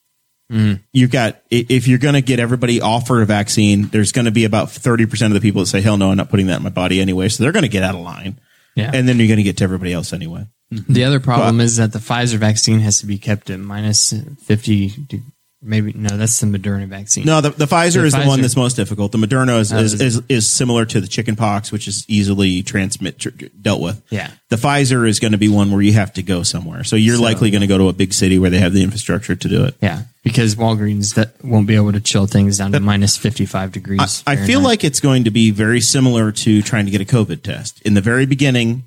S1: You've got i- if you're going to get everybody offered a vaccine, there's going to be about thirty percent of the people that say, "Hell no, I'm not putting that in my body anyway." So they're going to get out of line,
S2: Yeah.
S1: and then you're going to get to everybody else anyway.
S2: The other problem is that the Pfizer vaccine has to be kept at minus 50, de- maybe, no, that's the Moderna vaccine.
S1: No, the, the Pfizer
S2: The
S1: is the one
S2: Pfizer.
S1: that's most difficult. The Moderna is, is, is, is similar to the chickenpox, which is easily transmit tr- tr- dealt with.
S2: Yeah.
S1: the Pfizer is going to be one where you have to go somewhere. So you're likely going to go to a big city where they have the infrastructure to do it.
S2: Yeah, because Walgreens that won't be able to chill things down to minus 55 degrees.
S1: I, I feel
S2: Fahrenheit.
S1: like it's going to be very similar to trying to get a COVID test. In the very beginning,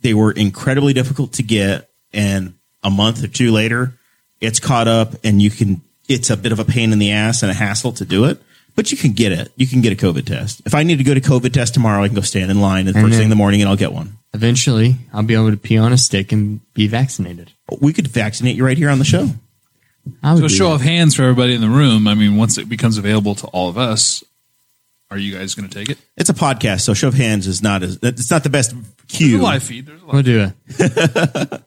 S1: they were incredibly difficult to get, and a month or two later, it's caught up, and you can. It's a bit of a pain in the ass and a hassle to do it, but you can get it. You can get a COVID test. If I need to go to COVID test tomorrow, I can go stand in line and first thing in the morning, and I'll get one.
S2: eventually I'll be able to pee on a stick and be vaccinated.
S1: We could vaccinate you right here on the show.
S2: I would
S4: So a
S2: do
S4: show
S2: that.
S4: of hands for everybody in the room. I mean, once it becomes available to all of us, are you guys going to take it?
S1: It's a podcast, so show of hands is not as it's not the best
S4: There's
S1: cue.
S4: a live feed. There's a live
S2: We'll do a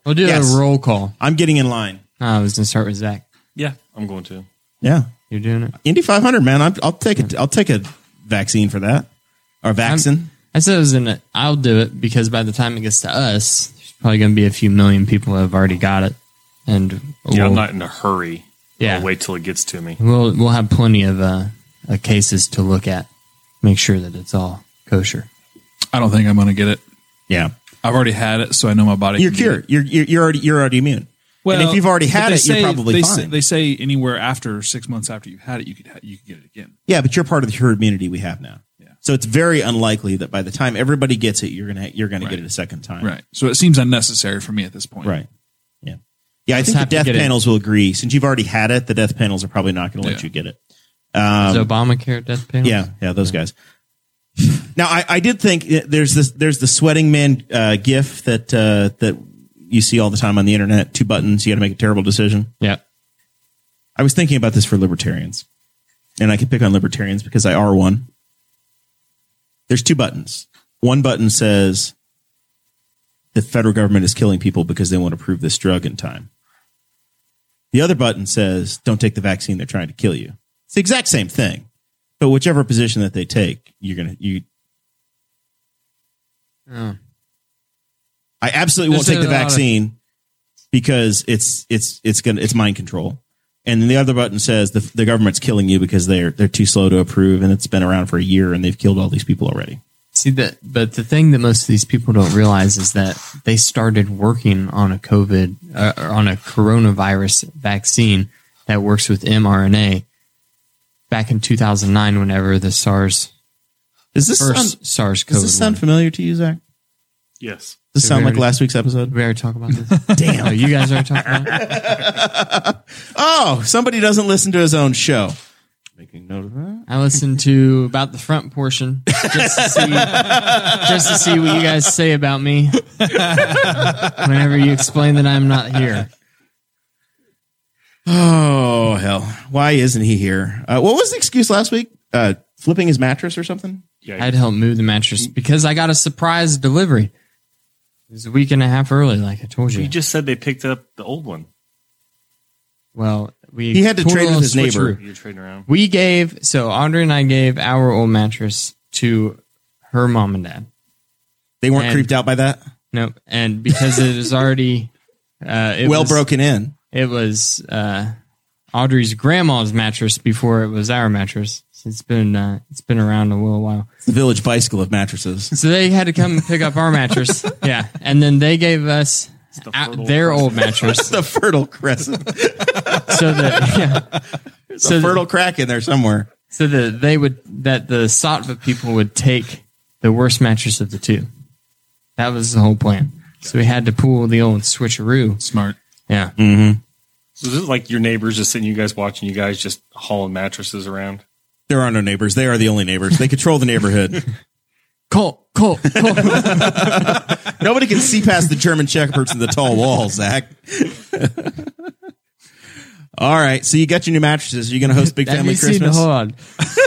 S2: we'll do
S1: Yes.
S2: a roll call.
S1: I'm getting in line.
S2: No, I was gonna start with Zach.
S3: Yeah, I'm going to.
S1: Yeah,
S2: You're doing it.
S1: Indy 500, man. I'm, I'll take it. I'll take a vaccine for that or vaccine.
S2: I said I was gonna. I'll do it because by the time it gets to us, there's probably gonna be a few million people that have already got it, and
S3: Yeah,
S2: we'll,
S3: I'm not in a hurry.
S2: Yeah.
S3: I'll wait till it gets to me.
S2: we'll we'll have plenty of uh, uh, cases to look at, make sure that it's all kosher.
S4: I don't think I'm going to get it.
S1: yeah,
S4: I've already had it, so I know my body.
S1: you're
S4: can do it.
S1: cured. You're, you're you're already you're already immune. Well, and if you've already
S4: but
S1: had
S4: they
S1: it,
S4: say-
S1: you're probably
S4: they
S1: fine.
S4: Say, they say anywhere after six months after you've had it, you could ha- you could get it again.
S1: yeah, but you're part of the herd immunity we have now. So it's very unlikely that by the time everybody gets it, you're gonna you're gonna get it a second time.
S4: Right. So it seems unnecessary for me at this point.
S1: Right. Yeah. Yeah. I
S2: have
S1: think
S2: to
S1: the death
S2: get it.
S1: panels will agree. Since you've already had it, the death panels are probably not gonna let
S4: Yeah.
S1: you get it.
S2: Is Obamacare death panel?
S1: Yeah, yeah, those guys. Now, I, I did think that there's this there's the sweating man uh, gif that uh, that you see all the time on the internet. Two buttons, you got to make a terrible decision.
S2: yeah.
S1: I was thinking about this for libertarians, and I could pick on libertarians because I are one. There's two buttons. One button says the federal government is killing people because they won't approve this drug in time. The other button says don't take the vaccine; they're trying to kill you. It's the exact same thing, but whichever position that they take, you're gonna you. I absolutely won't
S2: There's
S1: take the
S2: a lot of-
S1: vaccine because it's it's it's gonna it's mind control. And then the other button says the, the government's killing you because they're they're too slow to approve, and it's been around for a year, and they've killed all these people already.
S2: See that, but the thing that most of these people don't realize is that they started working on a COVID uh, or on a coronavirus vaccine that works with mRNA back in 2009. Whenever the SARS
S1: Does this
S2: first
S1: sound,
S2: SARS
S1: does this sound
S2: COVID,
S1: familiar to you, Zach?
S3: Yes.
S1: Does this
S2: Yeah, we
S1: sound like
S2: already-
S1: last week's episode?
S2: we already talk about this. Damn, you guys are talking about. It?
S1: Oh, somebody doesn't listen to his own show. Making note of that.
S2: I listened to about the front portion just to see, just to see what you guys say about me. Whenever you explain that I'm not here,
S1: Oh hell! Why isn't he here? Uh, what was the excuse last week? Uh, flipping his mattress or something?
S3: Yeah.
S2: I had to help move the mattress because I got a surprise delivery. It was a week and a half early, like I told you.
S3: you just said they picked up the old one.
S2: well, we
S1: He had to
S2: pulled a
S1: trade with
S2: little
S1: his neighbor.
S2: switcheroo.
S3: You're trading around.
S2: We gave so Andre and I gave our old mattress to her mom and dad.
S1: They weren't
S2: And-
S1: creeped out by that.
S2: Nope, and because it is already uh, it
S1: well
S2: was-
S1: broken in.
S2: It was uh, Audrey's grandma's mattress before it was our mattress. So it's been uh, it's been around a little while.
S1: It's the village bicycle of mattresses.
S2: So they had to come and pick up our mattress. Yeah, and then they gave us out-
S3: fertile
S2: their old mattress.
S1: the fertile crescent.
S2: so that yeah,
S1: It's a fertile crack in there somewhere.
S2: so that they would that the Satva people would take the worst mattress of the two. That was the whole plan. So we had to pull the old switcheroo.
S4: Smart.
S2: Yeah,
S1: Hmm.
S3: So this is like your neighbors just sitting, you guys watching, you guys just hauling mattresses around.
S1: There are no neighbors. They are the only neighbors. They control the neighborhood.
S2: Colt, Colt, Colt.
S1: Nobody can see past the German shepherds in the tall wall, Zach. All right. So you got your new mattresses. Are you going to host Big
S2: Have
S1: Family
S2: you seen-
S1: Christmas?
S2: hold on.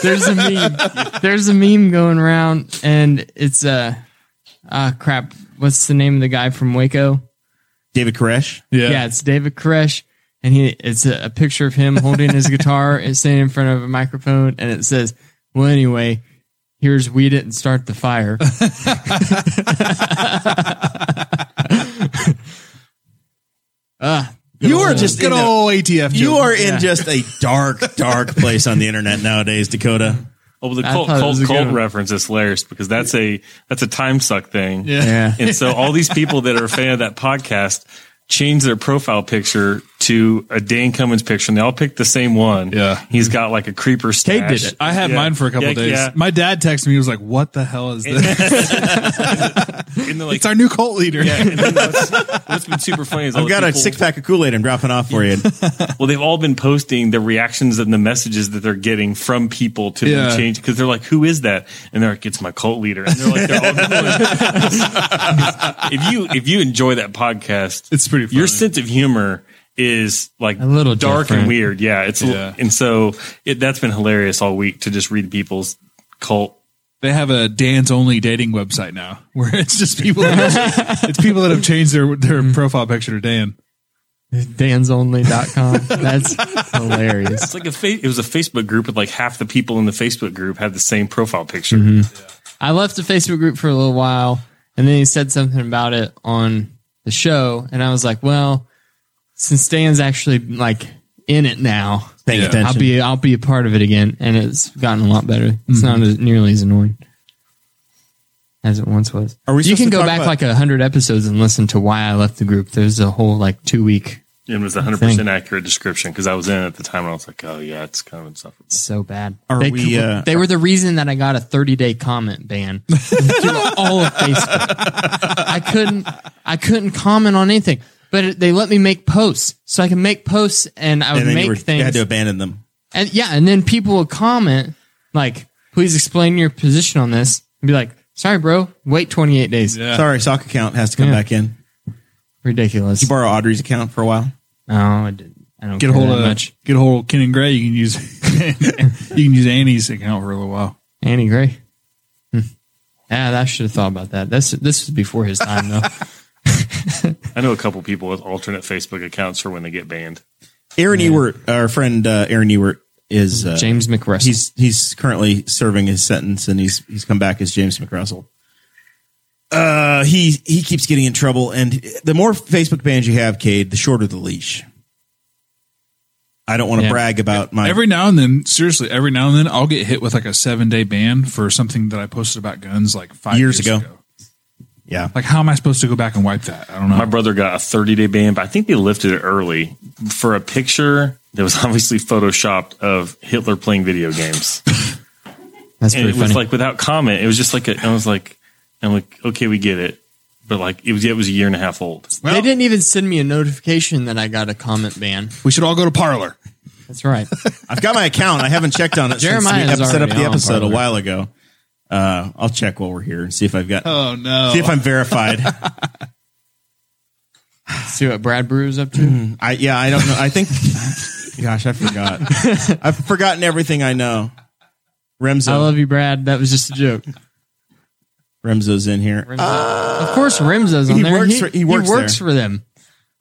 S2: There's a meme. There's a meme going around, and it's uh, ah, crap. What's the name of the guy from Waco?
S1: David Koresh.
S2: Yeah, it's David Koresh, and he it's a, a picture of him holding his guitar and standing in front of a microphone, and it says, "Well, anyway, here's we didn't start the fire." Ah,
S1: You are just in
S4: Good
S1: the-
S4: old ATF.
S1: You
S4: joke.
S1: are in just a dark, dark place on the internet nowadays, Dakota.
S3: Oh, well, the
S2: I
S3: cult
S2: thought it
S3: cult,
S2: was a good
S3: cult
S2: one.
S3: reference is hilarious because that's a that's a time suck thing.
S2: yeah.
S3: And so all these people that are a fan of that podcast change their profile picture to a Dan Cummins picture, and they all picked the same one.
S4: Yeah.
S3: he's got like a creeper
S2: Kate
S3: stash.
S2: did it.
S4: I had
S3: Yeah.
S4: mine for a couple
S3: Yeah,
S4: days.
S3: yeah.
S4: My dad texted me. He was like, "What the hell is this?
S3: And they're like,
S4: it's our new cult leader."
S3: yeah. And then what's, what's been super funny is all
S1: I've
S3: the
S1: got a
S3: people-
S1: six pack of Kool Aid I'm dropping off for you.
S3: Well, they've all been posting the reactions and the messages that they're getting from people to
S4: Yeah.
S3: them change because they're like, "Who is that?" And they're like, "It's my cult leader." And they're like, they're all doing- "If you if you enjoy that podcast,
S4: It's pretty funny.
S3: your sense of humor is like
S2: A little
S3: dark
S2: different.
S3: and weird. Yeah, it's a-
S4: Yeah.
S3: and so it, that's been hilarious all week to just read people's cult.
S4: They have a Dan's only dating website now, where it's just people. That it's people that have changed their their
S3: Mm-hmm.
S4: profile picture to Dan.
S2: dansonly.com. That's hilarious.
S3: It's like a fa- it was a Facebook group with like half the people in the Facebook group had the same profile picture.
S2: Mm-hmm. I left the Facebook group for a little while and then he said something about it on the show and I was like, well, since Dan's actually like in it now,
S1: Paying
S4: Yeah.
S1: attention.
S2: I'll be I'll be a part of it again and it's gotten a lot better. It's not as, nearly as annoying as it once was.
S1: Are we
S2: you
S1: supposed
S2: can
S1: to
S2: go
S1: talk
S2: back
S1: about-
S2: like a hundred episodes and listen to why I left the group. There's a whole like two week
S3: It was a hundred percent accurate description because I was in it at the time and I was like, "Oh yeah, it's kind of insufferable."
S2: so bad.
S1: Are
S2: they,
S1: we, uh,
S2: they were the reason that I got a 30 day comment ban through all of Facebook. I couldn't, I couldn't comment on anything, but it, they let me make posts, so I can make posts and I would
S1: and then
S2: make
S1: you, were, you had
S2: things.
S1: to abandon them.
S2: and yeah, and then people would comment like, "Please explain your position on this," and be like, "Sorry, bro, wait 28 days."
S4: Yeah.
S1: Sorry, sock account has to come
S2: Yeah.
S1: back in.
S2: Ridiculous.
S1: You borrow Audrey's account for a while.
S2: No, I didn't. I don't
S4: Get a
S2: care
S4: hold
S2: that
S4: of
S2: much.
S4: get a hold of Ken and Gray. You can use you can use Annie's account for a little while.
S2: Annie Gray. Hmm. Yeah, I should have thought about that. This this was before his time though.
S3: I know a couple people with alternate Facebook accounts for when they get banned.
S1: Aaron Ewert, our friend uh, Aaron Ewert, is uh,
S2: James McRussell.
S1: He's he's currently serving his sentence, and he's he's come back as James McRussell. Uh, he he keeps getting in trouble, and the more Facebook bans you have, Cade, the shorter the leash. I don't want to
S2: Yeah.
S1: brag about my
S4: Every now and then, seriously, every now and then, I'll get hit with like a seven day ban for something that I posted about guns like five
S1: Years
S4: years,
S1: ago.
S4: ago.
S1: yeah.
S4: Like, how am I supposed to go back and wipe that? I don't know.
S3: My brother got a 30 day ban, but I think they lifted it early for a picture that was obviously photoshopped of Hitler playing video games.
S2: That's
S3: and
S2: pretty
S3: it
S2: funny.
S3: was like without comment. It was just like a, I was like, I'm like, okay, we get it. But like it was it was a year and a half old.
S2: they didn't even send me a notification that I got a comment ban.
S4: we should all go to Parlor.
S2: That's right.
S1: I've got my account. I haven't checked on it
S2: Jeremiah
S1: since
S2: is
S1: we ep- set up
S2: already
S1: the
S2: on
S1: episode a
S2: Parler.
S1: while ago. Uh, I'll check while we're here and see if I've got
S4: Oh no!
S1: see if I'm verified.
S2: See what Brad Brewer's up to.
S1: I yeah, I don't know. I think gosh, I forgot. I've forgotten everything I know.
S2: I
S1: Remzo
S2: love you, Brad. That was just a joke.
S1: Remzo's in here.
S2: of course, Remzo's on
S1: he
S2: there.
S1: works for- he works there.
S2: for them.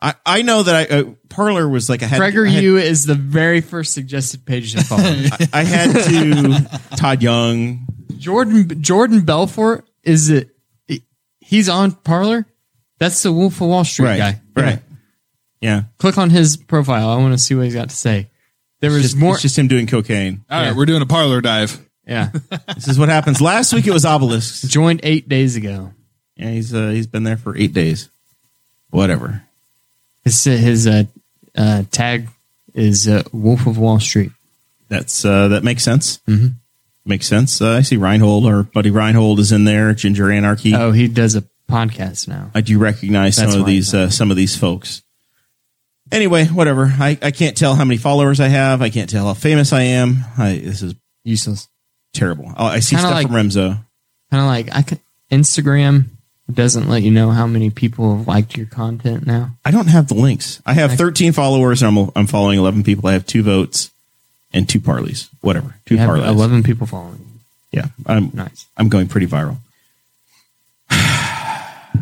S1: I, I know that I uh, parlor was like I had
S2: Gregor
S1: I had,
S2: U is the very first suggested page to follow. Uh,
S1: I had to Todd Young.
S2: Jordan Jordan Belfort is it? He's on Parlor. That's the Wolf of Wall Street
S1: Right.
S2: guy.
S1: Right. Yeah.
S2: Click on his profile. I want to see what he's got to say. There was
S1: Just,
S2: more. Uh,
S1: It's just him doing cocaine.
S4: all right, we're doing a Parlor dive.
S2: yeah,
S1: This is what happens. Last week it was obelisks.
S2: joined eight days ago.
S1: Yeah, he's uh, he's been there for eight days. Whatever.
S2: His his uh, uh, tag is uh, Wolf of Wall Street.
S1: That's uh, that makes sense. Mm-hmm. Makes sense. Uh, I see Reinhold, our buddy Reinhold, is in there. Ginger Anarchy.
S2: Oh, he does a podcast now.
S1: I do recognize some
S2: That's
S1: of
S2: why I
S1: these uh, some of these folks. Anyway, whatever. I, I can't tell how many followers I have. I can't tell how famous I am. I, this is
S2: Useless.
S1: terrible. Oh, I see
S2: Kinda
S1: stuff
S2: like-
S1: from Remzo.
S2: Kind of like I could, Instagram doesn't let you know how many people have liked your content now.
S1: I don't have the links. I have 13 followers and I'm, I'm following 11 people. I have two votes and two parleys. Whatever. Two
S2: You have
S1: parlays.
S2: eleven people following. you.
S1: Yeah. I'm
S2: Nice.
S1: I'm going pretty viral.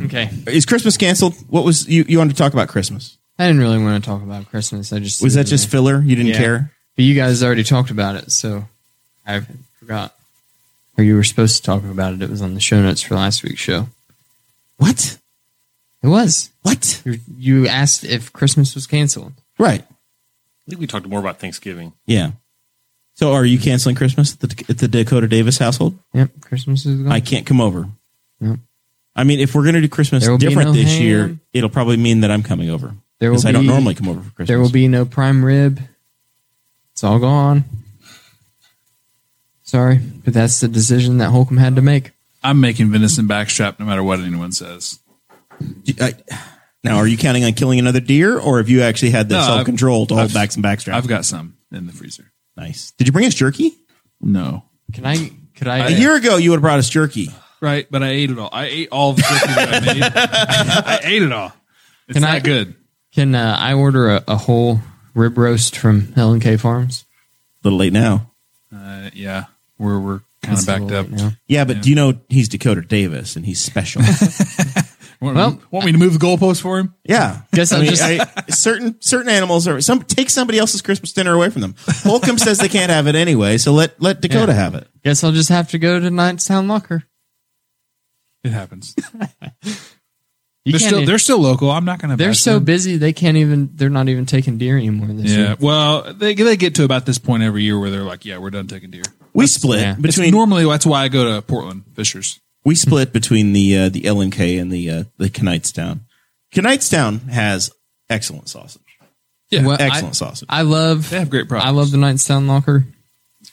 S2: Okay.
S1: Is Christmas canceled? What was you, you wanted to talk about Christmas?
S2: I didn't really want to talk about Christmas. I just
S1: Was that just filler? You didn't
S2: Yeah.
S1: care?
S2: But you guys already talked about it, so I forgot. Or you were supposed to talk about it. It was on the show notes for last week's show.
S1: What?
S2: It was.
S1: What?
S2: You- You asked if Christmas was canceled.
S1: Right.
S3: I think we talked more about Thanksgiving.
S1: Yeah. So are you canceling Christmas at the, at the Dakota Davis household?
S2: Yep, Christmas is gone.
S1: I can't come over.
S2: Yep.
S1: I mean, if we're going to do Christmas
S2: There will be
S1: different
S2: no
S1: this
S2: ham.
S1: year, it'll probably mean that I'm coming over.
S2: There
S1: Because
S2: will
S1: I don't
S2: be-
S1: normally come over for Christmas.
S2: there will be no prime rib. It's all gone. Sorry, but that's the decision that Holcomb had to make.
S4: I'm making venison backstrap no matter what anyone says.
S1: I, now, are you counting on killing another deer, or have you actually had the
S4: No, I've-
S1: self control to hold
S4: I've-
S1: back some backstrap?
S4: I've got some in the freezer.
S1: nice. Did you bring us jerky?
S4: No.
S2: Can I? Could I?
S1: A year ago, you would have brought us jerky.
S4: Right, but I ate it all. I ate all the turkey that I made. I ate it all. It's
S2: Can
S4: not
S2: I-
S4: good.
S2: Can uh, I order a, a whole rib roast from L and K Farms?
S1: A little late now.
S4: Uh, yeah, we're we're kind
S2: It's
S4: of
S2: a
S4: backed
S2: little
S4: up.
S2: late now.
S1: Yeah, but do you know he's Dakota Davis and he's special?
S4: Want,
S2: Well-
S4: want me to move the goalpost for him?
S1: yeah.
S2: Guess
S1: I
S2: I'm
S1: mean,
S2: just-
S1: I- certain certain animals are some take somebody else's Christmas dinner away from them. Holcomb says they can't have it anyway, so let let Dakota have it.
S2: Guess I'll just have to go to Knightstown Locker.
S4: It happens.
S2: You
S4: They're
S2: can't
S4: still
S2: even-
S4: they're still local. I'm not going to.
S2: They're so busy they can't even. They're not even taking deer anymore this
S4: Yeah.
S2: year.
S4: Well, they they get to about this point every year where they're like, yeah, we're done taking deer.
S1: We split
S2: yeah.
S4: Between
S1: between
S4: normally that's why I go to Portland Fishers.
S1: we split between the uh, the L and K and the uh, the Knightstown. Knightstown has excellent sausage.
S4: Yeah.
S2: Well,
S1: excellent
S2: I,
S1: sausage.
S2: I love.
S4: They have great products.
S2: I love the Knightstown Locker.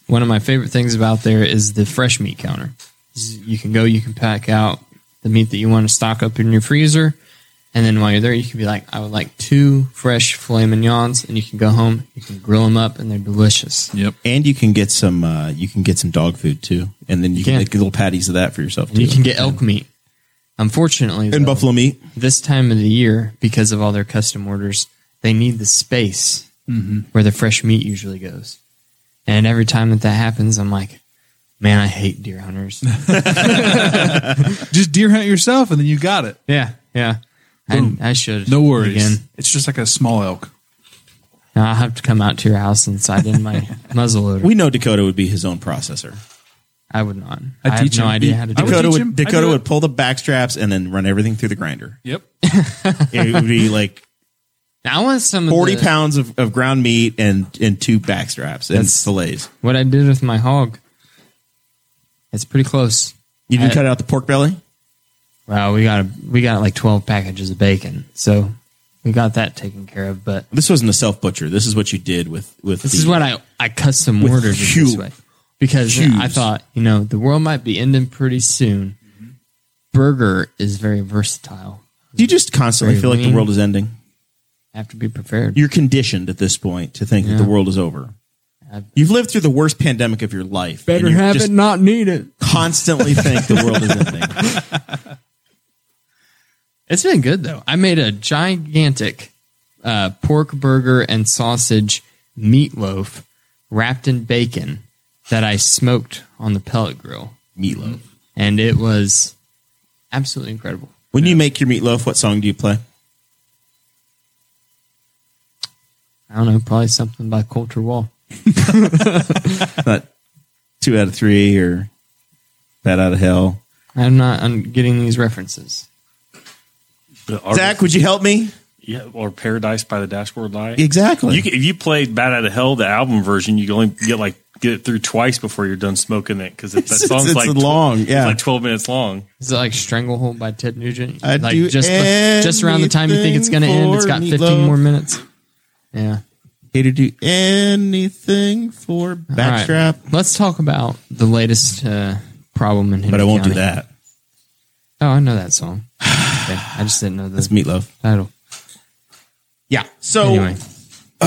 S2: One of my favorite things about there is the fresh meat counter. You can go, you can pack out the meat that you want to stock up in your freezer, and then while you're there, you can be like, I would like two fresh filet mignons, and you can go home, you can grill them up, and they're delicious.
S4: Yep.
S1: And you can get some uh, you can get some dog food too, and then you, can,
S2: can.
S1: make little patties of that for yourself
S2: And
S1: too.
S2: you can get elk meat. Unfortunately,
S1: and
S2: though,
S1: buffalo meat.
S2: this time of the year because of all their custom orders they need the space where the fresh meat usually goes and every time that that happens i'm like man i hate deer hunters
S4: Just deer hunt yourself, and then you got it.
S2: yeah yeah I, I should
S4: No worries.
S2: again
S4: It's just like a small elk.
S2: Now i'll have to come out to your house and side in my muzzle loader
S1: We know Dakota would be his own processor.
S2: i would not
S4: I
S2: i,
S4: teach
S2: have no
S4: him.
S2: idea how to do
S4: would
S1: Dakota
S4: teach
S1: would,
S4: him. I'd do
S1: Dakota
S4: it.
S1: would pull the back straps and then run everything through the grinder.
S4: Yep.
S1: It would be like
S2: it i want some of
S1: forty
S2: the-
S1: pounds of, of ground meat and and two back straps and fillets.
S2: what i did with my hog it's pretty close
S1: You didn't
S2: I-
S1: cut out the pork belly.
S2: well we got a, we got like 12 packages of bacon so we got that taken care of but
S1: This wasn't a self butcher. This is what you did with with.
S2: This
S1: the-
S2: is what I, I custom
S1: With
S2: ordered it
S1: huge-
S2: this way because I thought, you know, the world might be ending pretty soon. Burger is very versatile.
S1: Do you just constantly
S2: Very
S1: feel like the
S2: lean.
S1: world is ending?
S2: I have to be prepared.
S1: You're conditioned at this point to think that
S2: Yeah.
S1: the world is over.
S2: I've-
S1: You've lived through the worst pandemic of your life. and you're just
S2: not need it.
S1: Constantly think the world is ending.
S2: It's been good though. I made a gigantic uh, pork burger and sausage meatloaf wrapped in bacon that I smoked on the pellet grill,
S1: Meatloaf.
S2: and it was absolutely incredible.
S1: When you make your meatloaf, what song do you play?
S2: I don't know, probably something by Coulter Wall.
S1: Not two out of three or bad out of hell.
S2: I'm not i getting these references.
S3: The artist-
S1: Zach, would you help me?
S3: yeah, or Paradise by the Dashboard Light.
S1: Exactly.
S3: You can, if you play Bad Out of Hell, the album version, you can only get like get it through twice before you're done smoking it because that
S1: It's- it's-
S3: song's
S1: it's
S3: like
S1: long, yeah.
S3: it's like twelve minutes long.
S2: Is it like Stranglehold by Ted Nugent?
S1: I'd
S2: like
S1: do
S2: just bef- just around the time you think it's going to end, it's got
S1: anything
S2: 15
S1: for meatloaf.
S2: more minutes. Yeah.
S1: Hater do anything for
S2: All right.
S1: backstrap.
S2: Let's talk about the latest uh, problem in Henry
S1: But I won't do
S2: County.
S1: that.
S2: Oh, I know that song. Okay. I just didn't know the
S1: That's meatloaf.
S2: title.
S1: Yeah. So
S2: Anyway,
S1: Uh,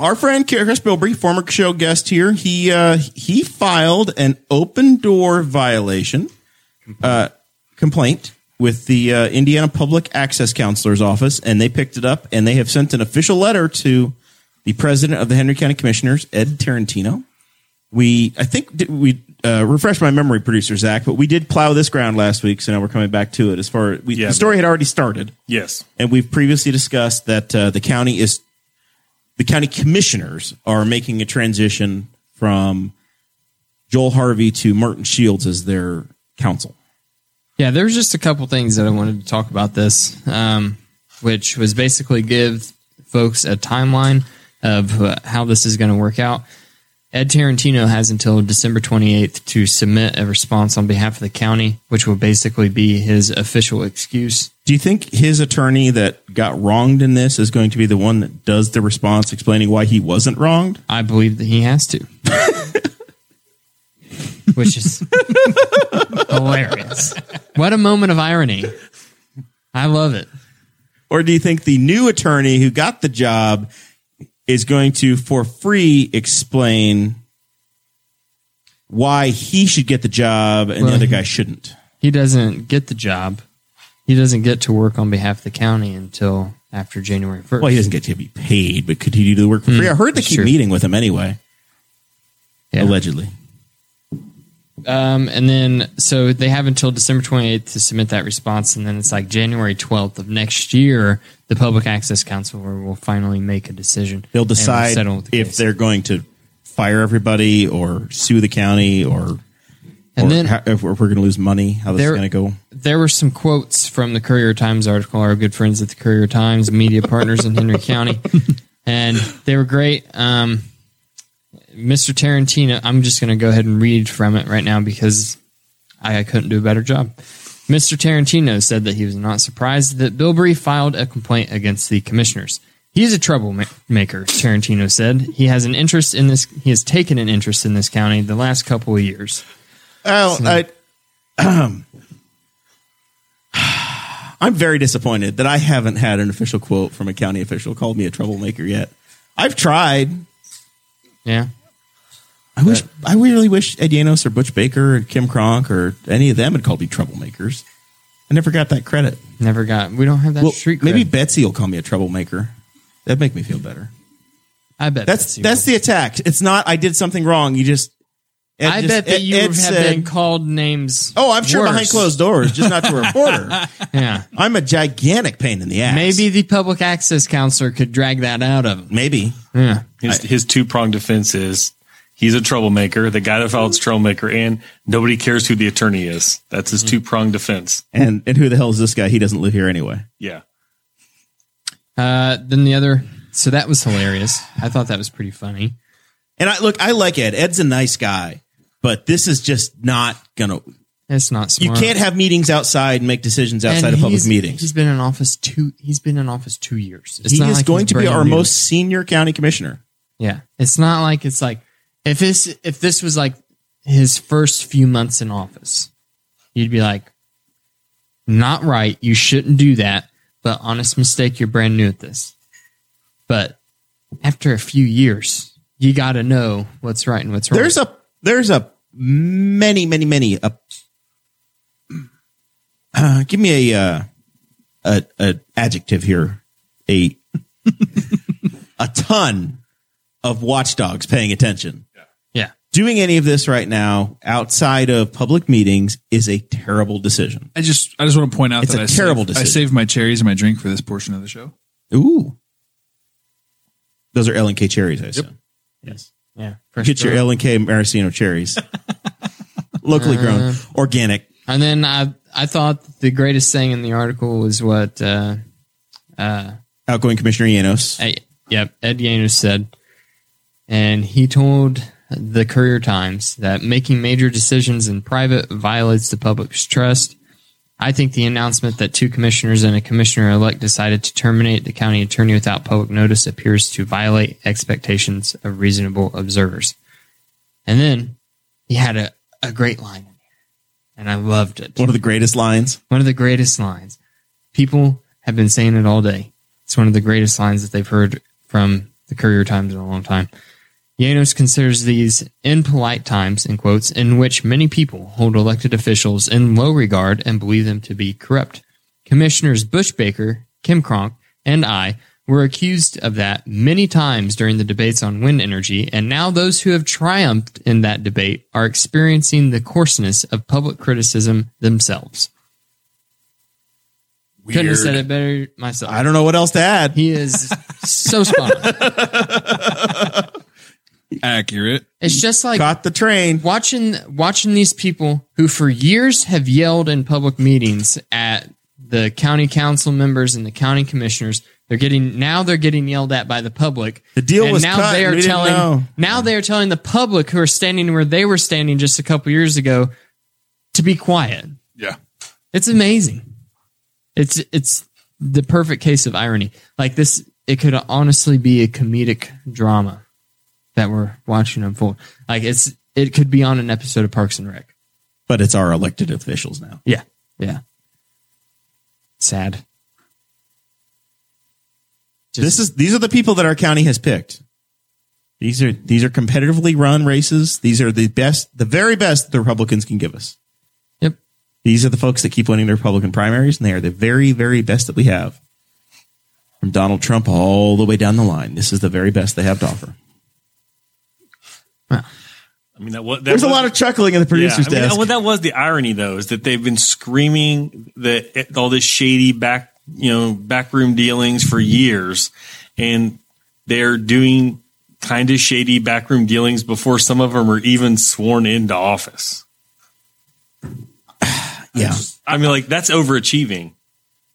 S1: our friend Chris Bilbrey, former show guest here, he uh, he filed an open door violation uh, complaint with the uh, Indiana Public Access Counselor's office, and they picked it up and they have sent an official letter to the president of the Henry County Commissioners, Ed Tarantino. We I think did we uh, refresh my memory, producer Zach, but we did plow this ground last week, so now we're coming back to it. As far we,
S3: Yeah.
S1: the story had already started,
S3: Yes.
S1: and we've previously discussed that uh, the county is the county commissioners are making a transition from Joel Harvey to Martin Shields as their counsel.
S2: Yeah, there's just a couple things that I wanted to talk about this, um, which was basically give folks a timeline of uh, how this is going to work out. Ed Tarantino has until December 28th to submit a response on behalf of the county, which will basically be his official excuse.
S1: Do you think his attorney that got wronged in this is going to be the one that does the response explaining why he wasn't wronged?
S2: I believe that he has to, which is hilarious. What a moment of irony! I love it.
S1: Or do you think the new attorney who got the job is going to for free explain why he should get the job and the
S2: Well,
S1: other guy shouldn't?
S2: he doesn't get the job. He doesn't get to work on behalf of the county until after January 1st.
S1: Well, he doesn't get to be paid, but could he do the work for free? I heard they
S2: Hmm, that's
S1: keep
S2: true.
S1: meeting with him anyway,
S2: Yeah.
S1: allegedly.
S2: Um, and then, so they have until December 28th to submit that response. And then it's like January 12th of next year, the Public Access Council will- will finally make a decision.
S1: They'll
S2: and we'll
S1: decide
S2: settle with the
S1: if
S2: case.
S1: they're going to fire everybody or sue the county or,
S2: And
S1: or
S2: then-
S1: how, if we're going to lose money, how this is
S2: There-
S1: going to go.
S2: there were some quotes from the Courier Times article, our good friends at the Courier Times, media partners in Henry County, and they were great. Um, Mr. Tarantino, I'm just going to go ahead and read from it right now because I, I couldn't do a better job. Mr. Tarantino said that he was not surprised that Bilberry filed a complaint against the commissioners. He is a troublemaker, Tarantino said. He has an interest in this. He has taken an interest in this county the last couple of years.
S1: Well, I, I'm very disappointed that I haven't had an official quote from a county official called me a troublemaker yet. I've tried.
S2: Yeah.
S1: I wish I really wish Ed Yanos or Butch Baker or Kim Kronk or any of them had called me troublemakers. I never got that credit.
S2: Never got. We don't have that
S1: Well,
S2: street.
S1: maybe
S2: cred.
S1: Betsy will call me a troublemaker. That'd make me feel better.
S2: I bet
S1: That's
S2: Betsy
S1: that's the attack. It's not I did something wrong. You just Ed
S2: would. I
S1: just-
S2: bet that
S1: Ed-
S2: you
S1: Ed
S2: have been called names.
S1: Oh, I'm sure
S2: worse.
S1: behind closed doors, just not to a reporter.
S2: Yeah,
S1: I'm a gigantic pain in the ass.
S2: maybe the public access counselor could drag that out of him.
S1: Maybe.
S2: Yeah,
S3: His, his two pronged defense is he's a troublemaker, the guy that filed is a troublemaker, and nobody cares who the attorney is. That's
S1: Mm-hmm.
S3: his two pronged defense.
S1: And and who the hell is this guy? He doesn't live here anyway.
S3: Yeah.
S2: Uh, then the other. So that was hilarious. I thought that was pretty funny.
S1: And I look, I like Ed. Ed's a nice guy, but this is just not gonna
S2: It's not
S1: you
S2: smart.
S1: can't have meetings outside and make decisions
S2: And
S1: outside of public
S2: he's-
S1: meetings.
S2: He's been in office two. He's been in office two years. It's
S1: he
S2: not
S1: is
S2: like
S1: going
S2: he's
S1: to be
S2: brand
S1: our
S2: new.
S1: most senior county commissioner.
S2: Yeah, it's not like it's like if this if this was like his first few months in office, you'd be like, not right. You shouldn't do that. But honest mistake, you're brand new at this. But after a few years, you got to know what's right and what's wrong.
S1: There's a there's a many many many a uh, give me a uh, a a adjective here a a ton of watchdogs paying attention.
S2: yeah,
S1: Doing any of this right now outside of public meetings is a terrible decision.
S4: I just I just want to point out
S1: It's
S4: that
S1: a
S4: I
S1: terrible
S4: saved, I
S1: decision.
S4: saved my cherries and my drink for this portion of the show.
S1: Ooh, those are L and K cherries. I assume. Yes.
S2: yeah. Fresh
S1: Get your
S2: dirt.
S1: L and K maraschino cherries, locally grown,
S2: Uh-huh.
S1: organic.
S2: And then I I thought the greatest thing in the article was what. Uh,
S1: outgoing Commissioner Yanos.
S2: Hey, yep, Ed Gaines said, and he told the Courier Times that making major decisions in private violates the public's trust. I think the announcement that two commissioners and a commissioner elect decided to terminate the county attorney without public notice appears to violate expectations of reasonable observers. And then he had a, a great line in here, and I loved it
S1: One of the greatest lines.
S2: one of the greatest lines. People have been saying it all day. It's one of the greatest lines that they've heard from the Courier Times in a long time. Janos considers these impolite times, in quotes, in which many people hold elected officials in low regard and believe them to be corrupt. Commissioners Bush Baker, Kim Kronk, and I were accused of that many times during the debates on wind energy, and now those who have triumphed in that debate are experiencing the coarseness of public criticism themselves. Couldn't have said it better myself.
S1: I don't know what else to add.
S2: He is so spot on.
S4: Accurate.
S2: It's just like
S1: Caught the train.
S2: watching watching these people who for years have yelled in public meetings at the county council members and the county commissioners they're getting now they're getting yelled at by the public
S1: The deal
S2: and
S1: was
S2: now
S1: cut,
S2: they
S1: and
S2: are
S1: we didn't
S2: telling
S1: know.
S2: now they are telling the public who are standing where they were standing just a couple years ago to be quiet
S4: Yeah.
S2: it's amazing. It's it's the perfect case of irony. Like this, it could honestly be a comedic drama that we're watching unfold. Like it's it could be on an episode of Parks and Rec.
S1: But it's our elected officials now.
S2: Yeah, yeah. Sad.
S1: this is these are the people that our county has picked. These are these are competitively run races. These are the best, the very best the Republicans can give us.
S2: Yep.
S1: These are the folks that keep winning the Republican primaries, and they are the very, very best that we have. From Donald Trump all the way down the line, this is the very best they have to offer.
S3: I mean, that was, that
S1: There's a
S3: was-
S1: lot of chuckling in the
S3: Yeah,
S1: producer's
S3: I mean, oh,
S1: desk.
S3: Well, that was the irony, though, is that they've been screaming that all this shady back, you know, backroom dealings for years, and they're doing kind of shady backroom dealings before some of them are even sworn into office.
S1: yeah,
S3: I mean, like that's overachieving.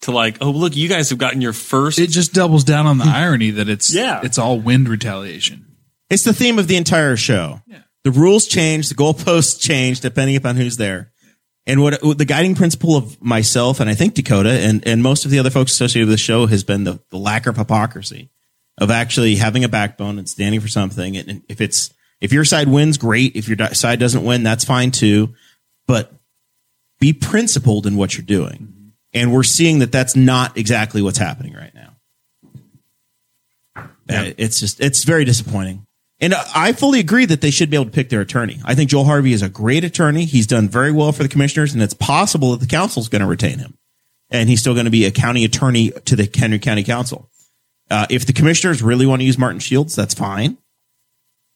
S3: To like, oh look, you guys have gotten your first.
S4: It just doubles down on the
S1: Hmm.
S4: irony that it's
S3: Yeah.
S4: it's all wind retaliation.
S1: it's the theme of the entire show. The rules change, the goalposts change depending upon who's there. And what what the guiding principle of myself and I think Dakota and, and most of the other folks associated with the show has been the, the lack of hypocrisy of actually having a backbone and standing for something. And, and if it's if your side wins, great. If your di- side doesn't win, that's fine too. But be principled in what you're
S3: Mm-hmm.
S1: doing. And we're seeing that that's not exactly what's happening right now. Uh, It's just it's very disappointing. And I fully agree that they should be able to pick their attorney. I think Joel Harvey is a great attorney. He's done very well for the commissioners, and it's possible that the council's going to retain him, and he's still going to be a county attorney to the Henry County Council. Uh, if the commissioners really want to use Martin Shields, that's fine,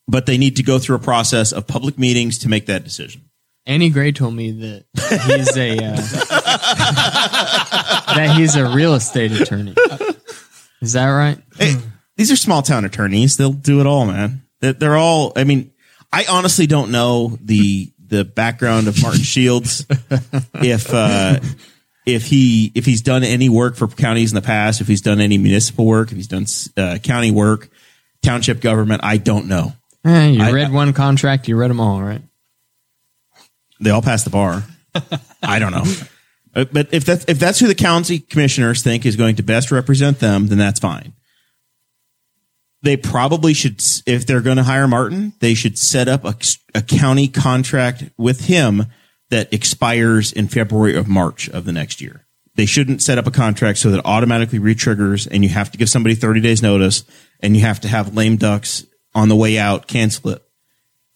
S1: but they need to go through a process of public meetings to make that decision.
S2: Annie Gray told me that he's a uh, that he's a real estate attorney. Is that right?
S1: Hey, these are small town attorneys. They'll do it all, man. They're, they're all. I mean, I honestly don't know the the background of Martin Shields. if uh, if he if he's done any work for counties in the past, if he's done any municipal work, if he's done uh, county work, township government, I don't know.
S2: Eh, you
S1: I-
S2: read one contract, you read them all, right?
S1: They all pass the bar. I don't know. Uh, But if that's if that's who the county commissioners think is going to best represent them, then that's fine. They probably should, s- if they're going to hire Martin, they should set up a, s- a county contract with him that expires in February or March of the next year. They shouldn't set up a contract so that it automatically retriggers and you have to give somebody 30 days notice and you have to have lame ducks on the way out cancel it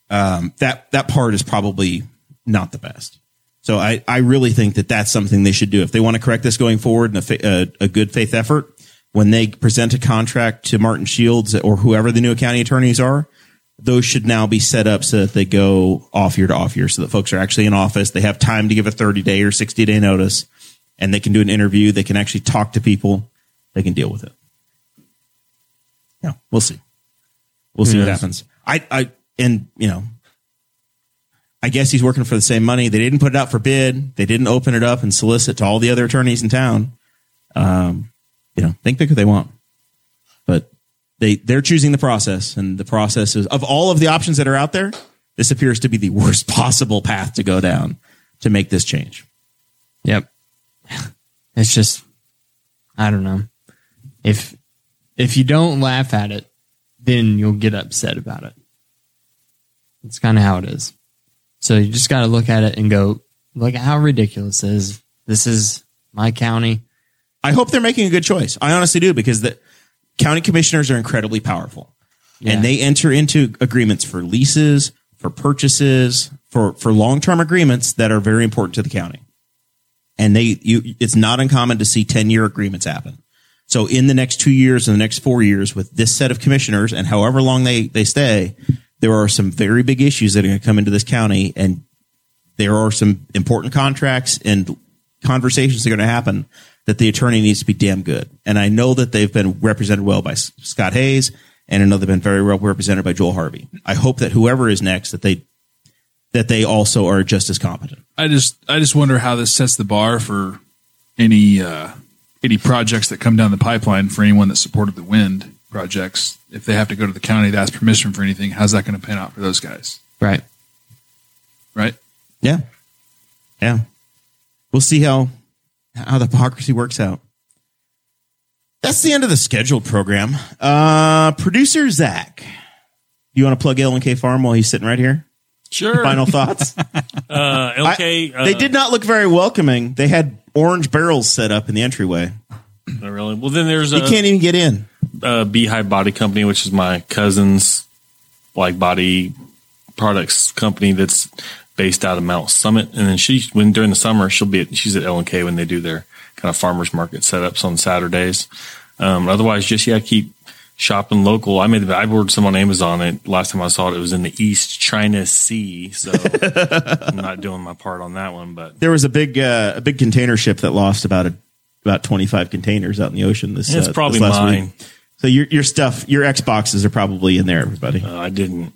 S1: Um, that that part is probably not the best. So I, I really think that that's something they should do if they want to correct this going forward in a, fa- a, a good faith effort. When they present a contract to Martin Shields or whoever the new county attorneys are, those should now be set up so that they go off year to off year, so that folks are actually in office. They have time to give a thirty day or sixty day notice, and they can do an interview. They can actually talk to people. They can deal with it. Yeah, we'll see. We'll see what
S2: Yes.
S1: happens. I, I and you know I guess he's working for the same money. They didn't put it out for bid. They didn't open it up and solicit to all the other attorneys in town. Um, you know, they can pick who they want, but they they're choosing the process, and the process is of all of the options that are out there. This appears to be the worst possible path to go down to make this change.
S2: Yep. It's just I don't know. If if you don't laugh at it, then you'll get upset about it. It's kind of how it is. So you just got to look at it and go, look at how ridiculous it is. This is my county.
S1: I hope they're making a good choice. I honestly do because the county commissioners are incredibly powerful.
S2: Yeah.
S1: And they enter into agreements for leases, for purchases, for for long-term agreements that are very important to the county. And they you it's not uncommon to see 10-year agreements happen. So in the next two years and the next four years with this set of commissioners and however long they, they stay, there are some very big issues that are going to come into this county and there are some important contracts and conversations that are going to happen that the attorney needs to be damn good. And I know that they've been represented well by S- Scott Hayes and I know they've been very well represented by Joel Harvey. I hope that whoever is next that they that they also are just as competent.
S4: I just I just wonder how this sets the bar for any uh, any projects that come down the pipeline for anyone that supported the wind projects. If they have to go to the county to ask permission for anything, how's that going to pan out for those guys?
S2: Right.
S4: Right?
S1: Yeah. Yeah. We'll see how how the hypocrisy works out. That's the end of the scheduled program. Uh producer Zach. You want to plug K Farm while he's sitting right here?
S5: Sure.
S1: Final thoughts?
S5: Uh, LK. uh,
S1: they did not look very welcoming. They had orange barrels set up in the entryway.
S5: not really.
S3: Well, then there's
S1: You
S3: a,
S1: can't even get in.
S3: uh, Beehive Body Company, which is my cousin's like body products company that's based out of Mount Summit. And then she, when during the summer, she'll be at, she's at L and K when they do their kind of farmers market setups on Saturdays. Um, otherwise, just yeah, keep shopping local. I mean, I ordered some on Amazon. And last time I saw it, it was in the East China Sea, so I'm not doing my part on that one. But
S1: There was a big uh, a big container ship that lost about a, about 25 containers out in the ocean this
S3: It's
S1: uh,
S3: probably
S1: this last
S3: mine.
S1: week. So your your stuff, your Xboxes are probably in there everybody.
S3: Uh, I didn't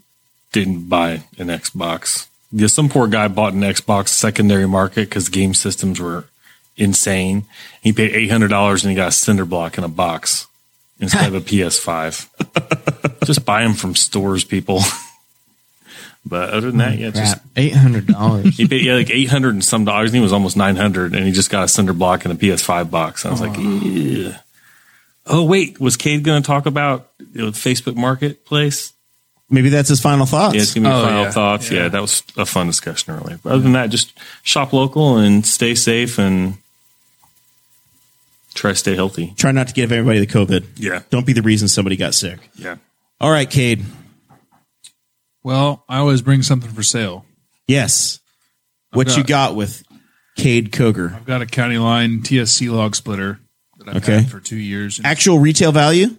S3: didn't buy an Xbox. Yeah, some poor guy bought an Xbox secondary market because game systems were insane. He paid eight hundred dollars and he got a cinder block in a box instead of a PS5. just buy them from stores, people. but other than that, yeah, just
S2: Crap. Eight hundred dollars.
S3: he paid yeah like eight hundred and some dollars, and he was almost nine hundred, and he just got a cinder block in a PS5 box. I was like, "Ew." oh wait, was Cade going to talk about you know, Facebook Marketplace?
S1: Maybe that's his final thoughts.
S3: Yeah, it's gonna be
S4: Oh,
S3: final
S4: yeah.
S3: thoughts. Yeah. that was a fun discussion earlier. But other than that, just shop local and stay safe and try to stay healthy.
S1: Try not to give everybody the COVID.
S3: Yeah.
S1: Don't be the reason somebody got sick.
S3: Yeah.
S1: All right, Cade.
S4: Well, I always bring something for sale.
S1: Yes. What
S4: got-
S1: you got with Cade Koger?
S4: I've got a county line TSC log splitter that I've
S1: Okay.
S4: had for two years, and
S1: Actual retail value?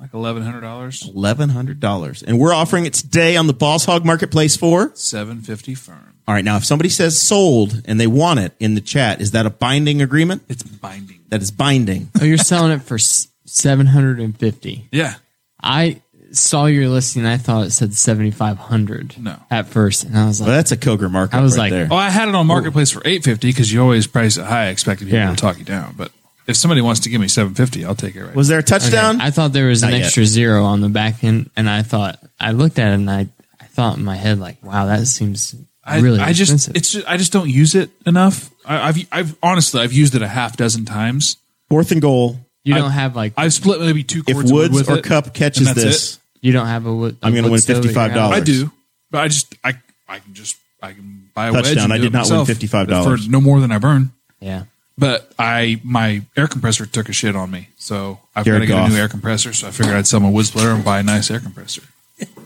S4: like eleven hundred dollars,
S1: $1,100. And we're offering it today on the Boss Hog Marketplace for.
S4: seven fifty firm.
S1: All right. Now, if somebody says sold and they want it in the chat, is that a binding agreement?
S4: It's binding.
S1: That is binding.
S2: oh, you're selling it for seven hundred and fifty.
S4: Yeah,
S2: I saw your listing. I thought it said seventy five hundred.
S4: No.
S2: At first, and I was like,
S1: Well, that's a Koger market.
S2: I was
S1: right
S2: like,
S1: there.
S4: Oh, I had it on marketplace for eight fifty because you always price it high, expecting people
S2: Yeah.
S4: to talk you down. But if somebody wants to give me seven fifty, I'll take it. Right.
S1: was there a touchdown?
S2: I thought there was an
S1: Not yet.
S2: extra zero on the back end, and I thought I looked at it and I, I thought in my head like, wow, that seems
S4: I,
S2: really
S4: I just
S2: expensive.
S4: it's just, I just don't use it enough. I, I've I've honestly I've used it a half dozen times.
S1: Fourth and goal.
S2: you
S4: I-
S2: don't have like
S4: I've split maybe two
S1: If
S4: cords of wood
S1: Woods
S4: with
S1: or
S4: it,
S1: Cup
S4: and
S1: catches
S4: that's
S1: this,
S2: you don't have a. wood- a
S1: I'm gonna
S2: wood
S1: win
S2: stove at your house.
S1: $55.
S4: it. I do, but I just I I can just I can buy a wedge
S1: Touchdown.
S4: and
S1: I
S4: do
S1: did
S4: it
S1: not win
S4: myself
S1: $55.
S4: for no more than I burn.
S2: Yeah,
S4: But I my air compressor took a shit on me, so I've got
S1: Jared
S4: to get a
S1: Goff.
S4: new air compressor. So I figured I'd sell my wood splitter and buy a nice air compressor.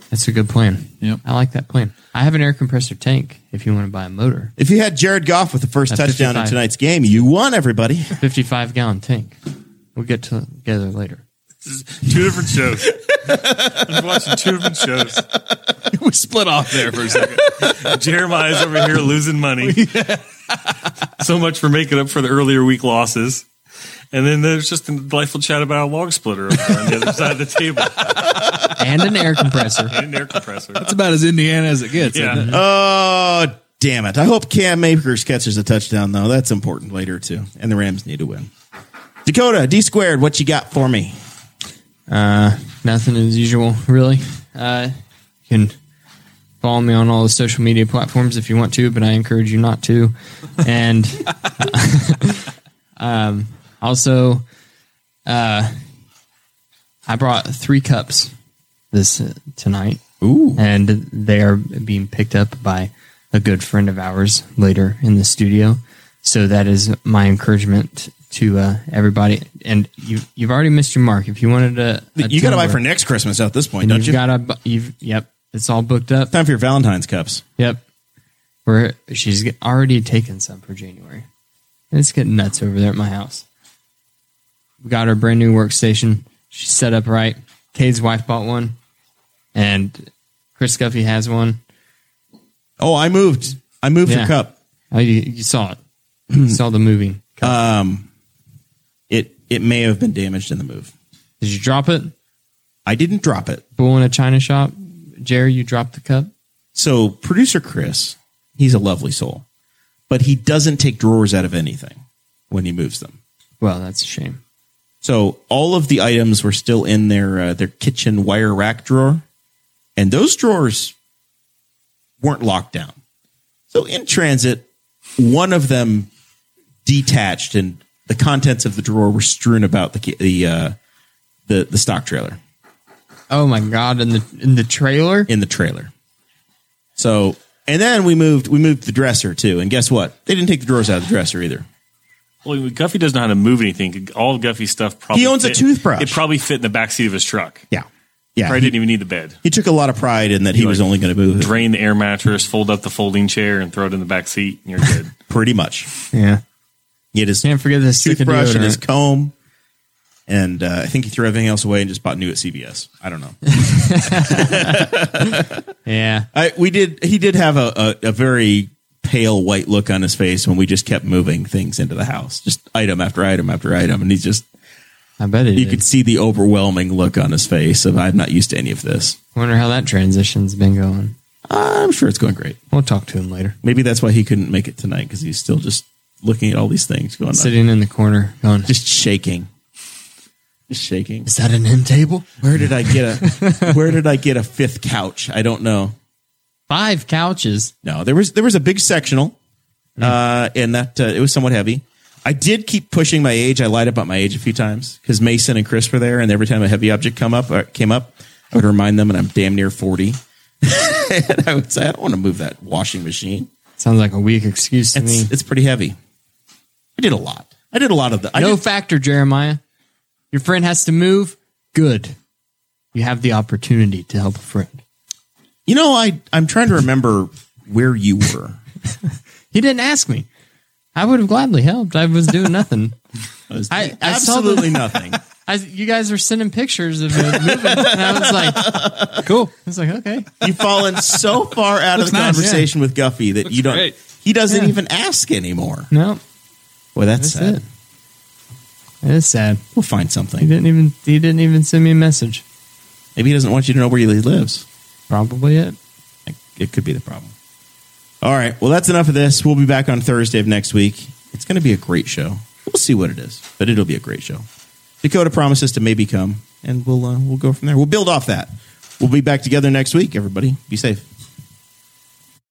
S2: that's a good plan.
S4: Yep.
S2: I like that plan. I have an air compressor tank. If you want to buy a motor,
S1: if you had Jared Goff with the first
S2: At
S1: touchdown in
S2: 55.
S1: tonight's game, you won, everybody.
S2: fifty five gallon tank. We'll get to together later.
S3: Two different shows. I'm watching two different shows.
S4: we split off there for a second.
S3: Jeremiah's over here losing money. so much for making up for the earlier week losses. And then there's just a delightful chat about a log splitter over there on the other side of the table
S2: And an air compressor.
S3: and an air compressor.
S4: It's about as Indiana as it gets. isn't
S3: Yeah.
S4: it?
S1: Oh, damn it. I hope Cam Akers catches a touchdown, though. That's important later, too. And the Rams need to win. Dakota, D squared, what you got for me?
S2: Nothing as usual, really. Uh, you can follow me on all the social media platforms if you want to, but I encourage you not to. And um, also, uh, I brought three cups this uh, tonight. Ooh! And they are being picked up by a good friend of ours later in the studio. So that is my encouragement to uh, everybody. And you, you've already missed your mark. If you wanted to,
S1: You got to buy for next Christmas at this point,
S2: and
S1: don't
S2: you've
S1: you?
S2: got a you've yep it's all booked up
S1: Time for your Valentine's cups.
S2: yep where she's get- already taken some for january And it's getting nuts over there at my house We got her a brand new workstation. She's set up right. Cade's wife bought one, and Chris Guffey has one.
S1: Oh, I moved. I moved
S2: Yeah.
S1: her cup.
S2: Oh, you, you saw it. you saw the movie.
S1: It it may have been damaged in the move.
S2: Did you drop it?
S1: I didn't drop it.
S2: Bull in a china shop. Jerry, you dropped the cup.
S1: So producer Chris, he's a lovely soul, but he doesn't take drawers out of anything when he moves them.
S2: Well, that's a shame.
S1: So all of the items were still in their uh, their kitchen wire rack drawer, and those drawers weren't locked down. So in transit, one of them detached, and the contents of the drawer were strewn about the ki- the uh, the, the stock trailer
S2: Oh my god! In the in the trailer,
S1: in the trailer. So and then we moved we moved the dresser too, and guess what? They didn't take the drawers out of the dresser either.
S3: Well, Guffey doesn't know how to move anything. All of Guffey's stuff probably
S1: He owns a
S3: fit-
S1: toothbrush.
S3: It probably fit in the back seat of his truck.
S1: Yeah, yeah.
S3: Probably
S1: He,
S3: didn't even need the bed.
S1: he took a lot of pride in that he was only going to move it,
S3: Drain the air mattress, fold up the folding chair, and throw it in the back seat, and you're good.
S1: pretty much.
S2: yeah.
S1: He had his
S2: Can't forget the stick of
S1: toothbrush and his
S2: deodorant.
S1: comb. And uh, I think he threw everything else away and just bought new at CVS. I don't know.
S2: Yeah,
S1: I, we did. He did have a, a, a very pale white look on his face when we just kept moving things into the house, just item after item after item, and he's just
S2: I bet it.
S1: you
S2: is.
S1: could see the overwhelming look on his face of I'm not used to any of this.
S2: Wonder how that transition's been going.
S1: I'm sure it's going great.
S2: We'll talk to him later.
S1: Maybe that's why he couldn't make it tonight because he's still just looking at all these things going, on,
S2: Sitting in the corner, going,
S1: just shaking, just shaking.
S2: "Is that an end table?
S1: Where did I get a Where did I get a fifth couch? I don't know.
S2: Five couches."
S1: No, there was there was a big sectional,
S2: Mm-hmm.
S1: uh, and that uh, it was somewhat heavy. I did keep pushing my age. I lied about my age a few times because Mason and Chris were there, and every time a heavy object come up uh, came up, I would remind them, and I'm damn near forty. and I would say I don't want to move that washing machine.
S2: Sounds like a weak excuse to me.
S1: It's it's pretty heavy. I did a lot. I did a lot of the. I
S2: No
S1: did-
S2: factor, Jeremiah. Your friend has to move. Good. You have the opportunity to help a friend.
S1: you know, I I'm trying to remember where you were.
S2: He didn't ask me. I would have gladly helped. I was doing nothing. I, I saw the,
S1: Absolutely nothing.
S2: I, you guys were sending pictures of the moving, and I was like, "Cool." I was like, "Okay."
S1: You've fallen so far out of the
S2: nice,
S1: conversation with Guffey that you don't.
S4: great.
S1: He doesn't
S2: Yeah.
S1: even ask anymore.
S2: No,
S1: Well, that's,
S2: that's
S1: sad.
S2: it. It is sad.
S1: We'll find
S2: He
S1: something.
S2: didn't even he didn't even send me a message.
S1: Maybe he doesn't want you to know where he lives.
S2: Probably it.
S1: Like, It could be the problem. All right. Well, that's enough of this. We'll be back on Thursday of next week. It's going to be a great show. We'll see what it is, but it'll be a great show. Dakota promises to maybe come, and we'll uh, we'll go from there. We'll build off that. We'll be back together next week. Everybody, be safe.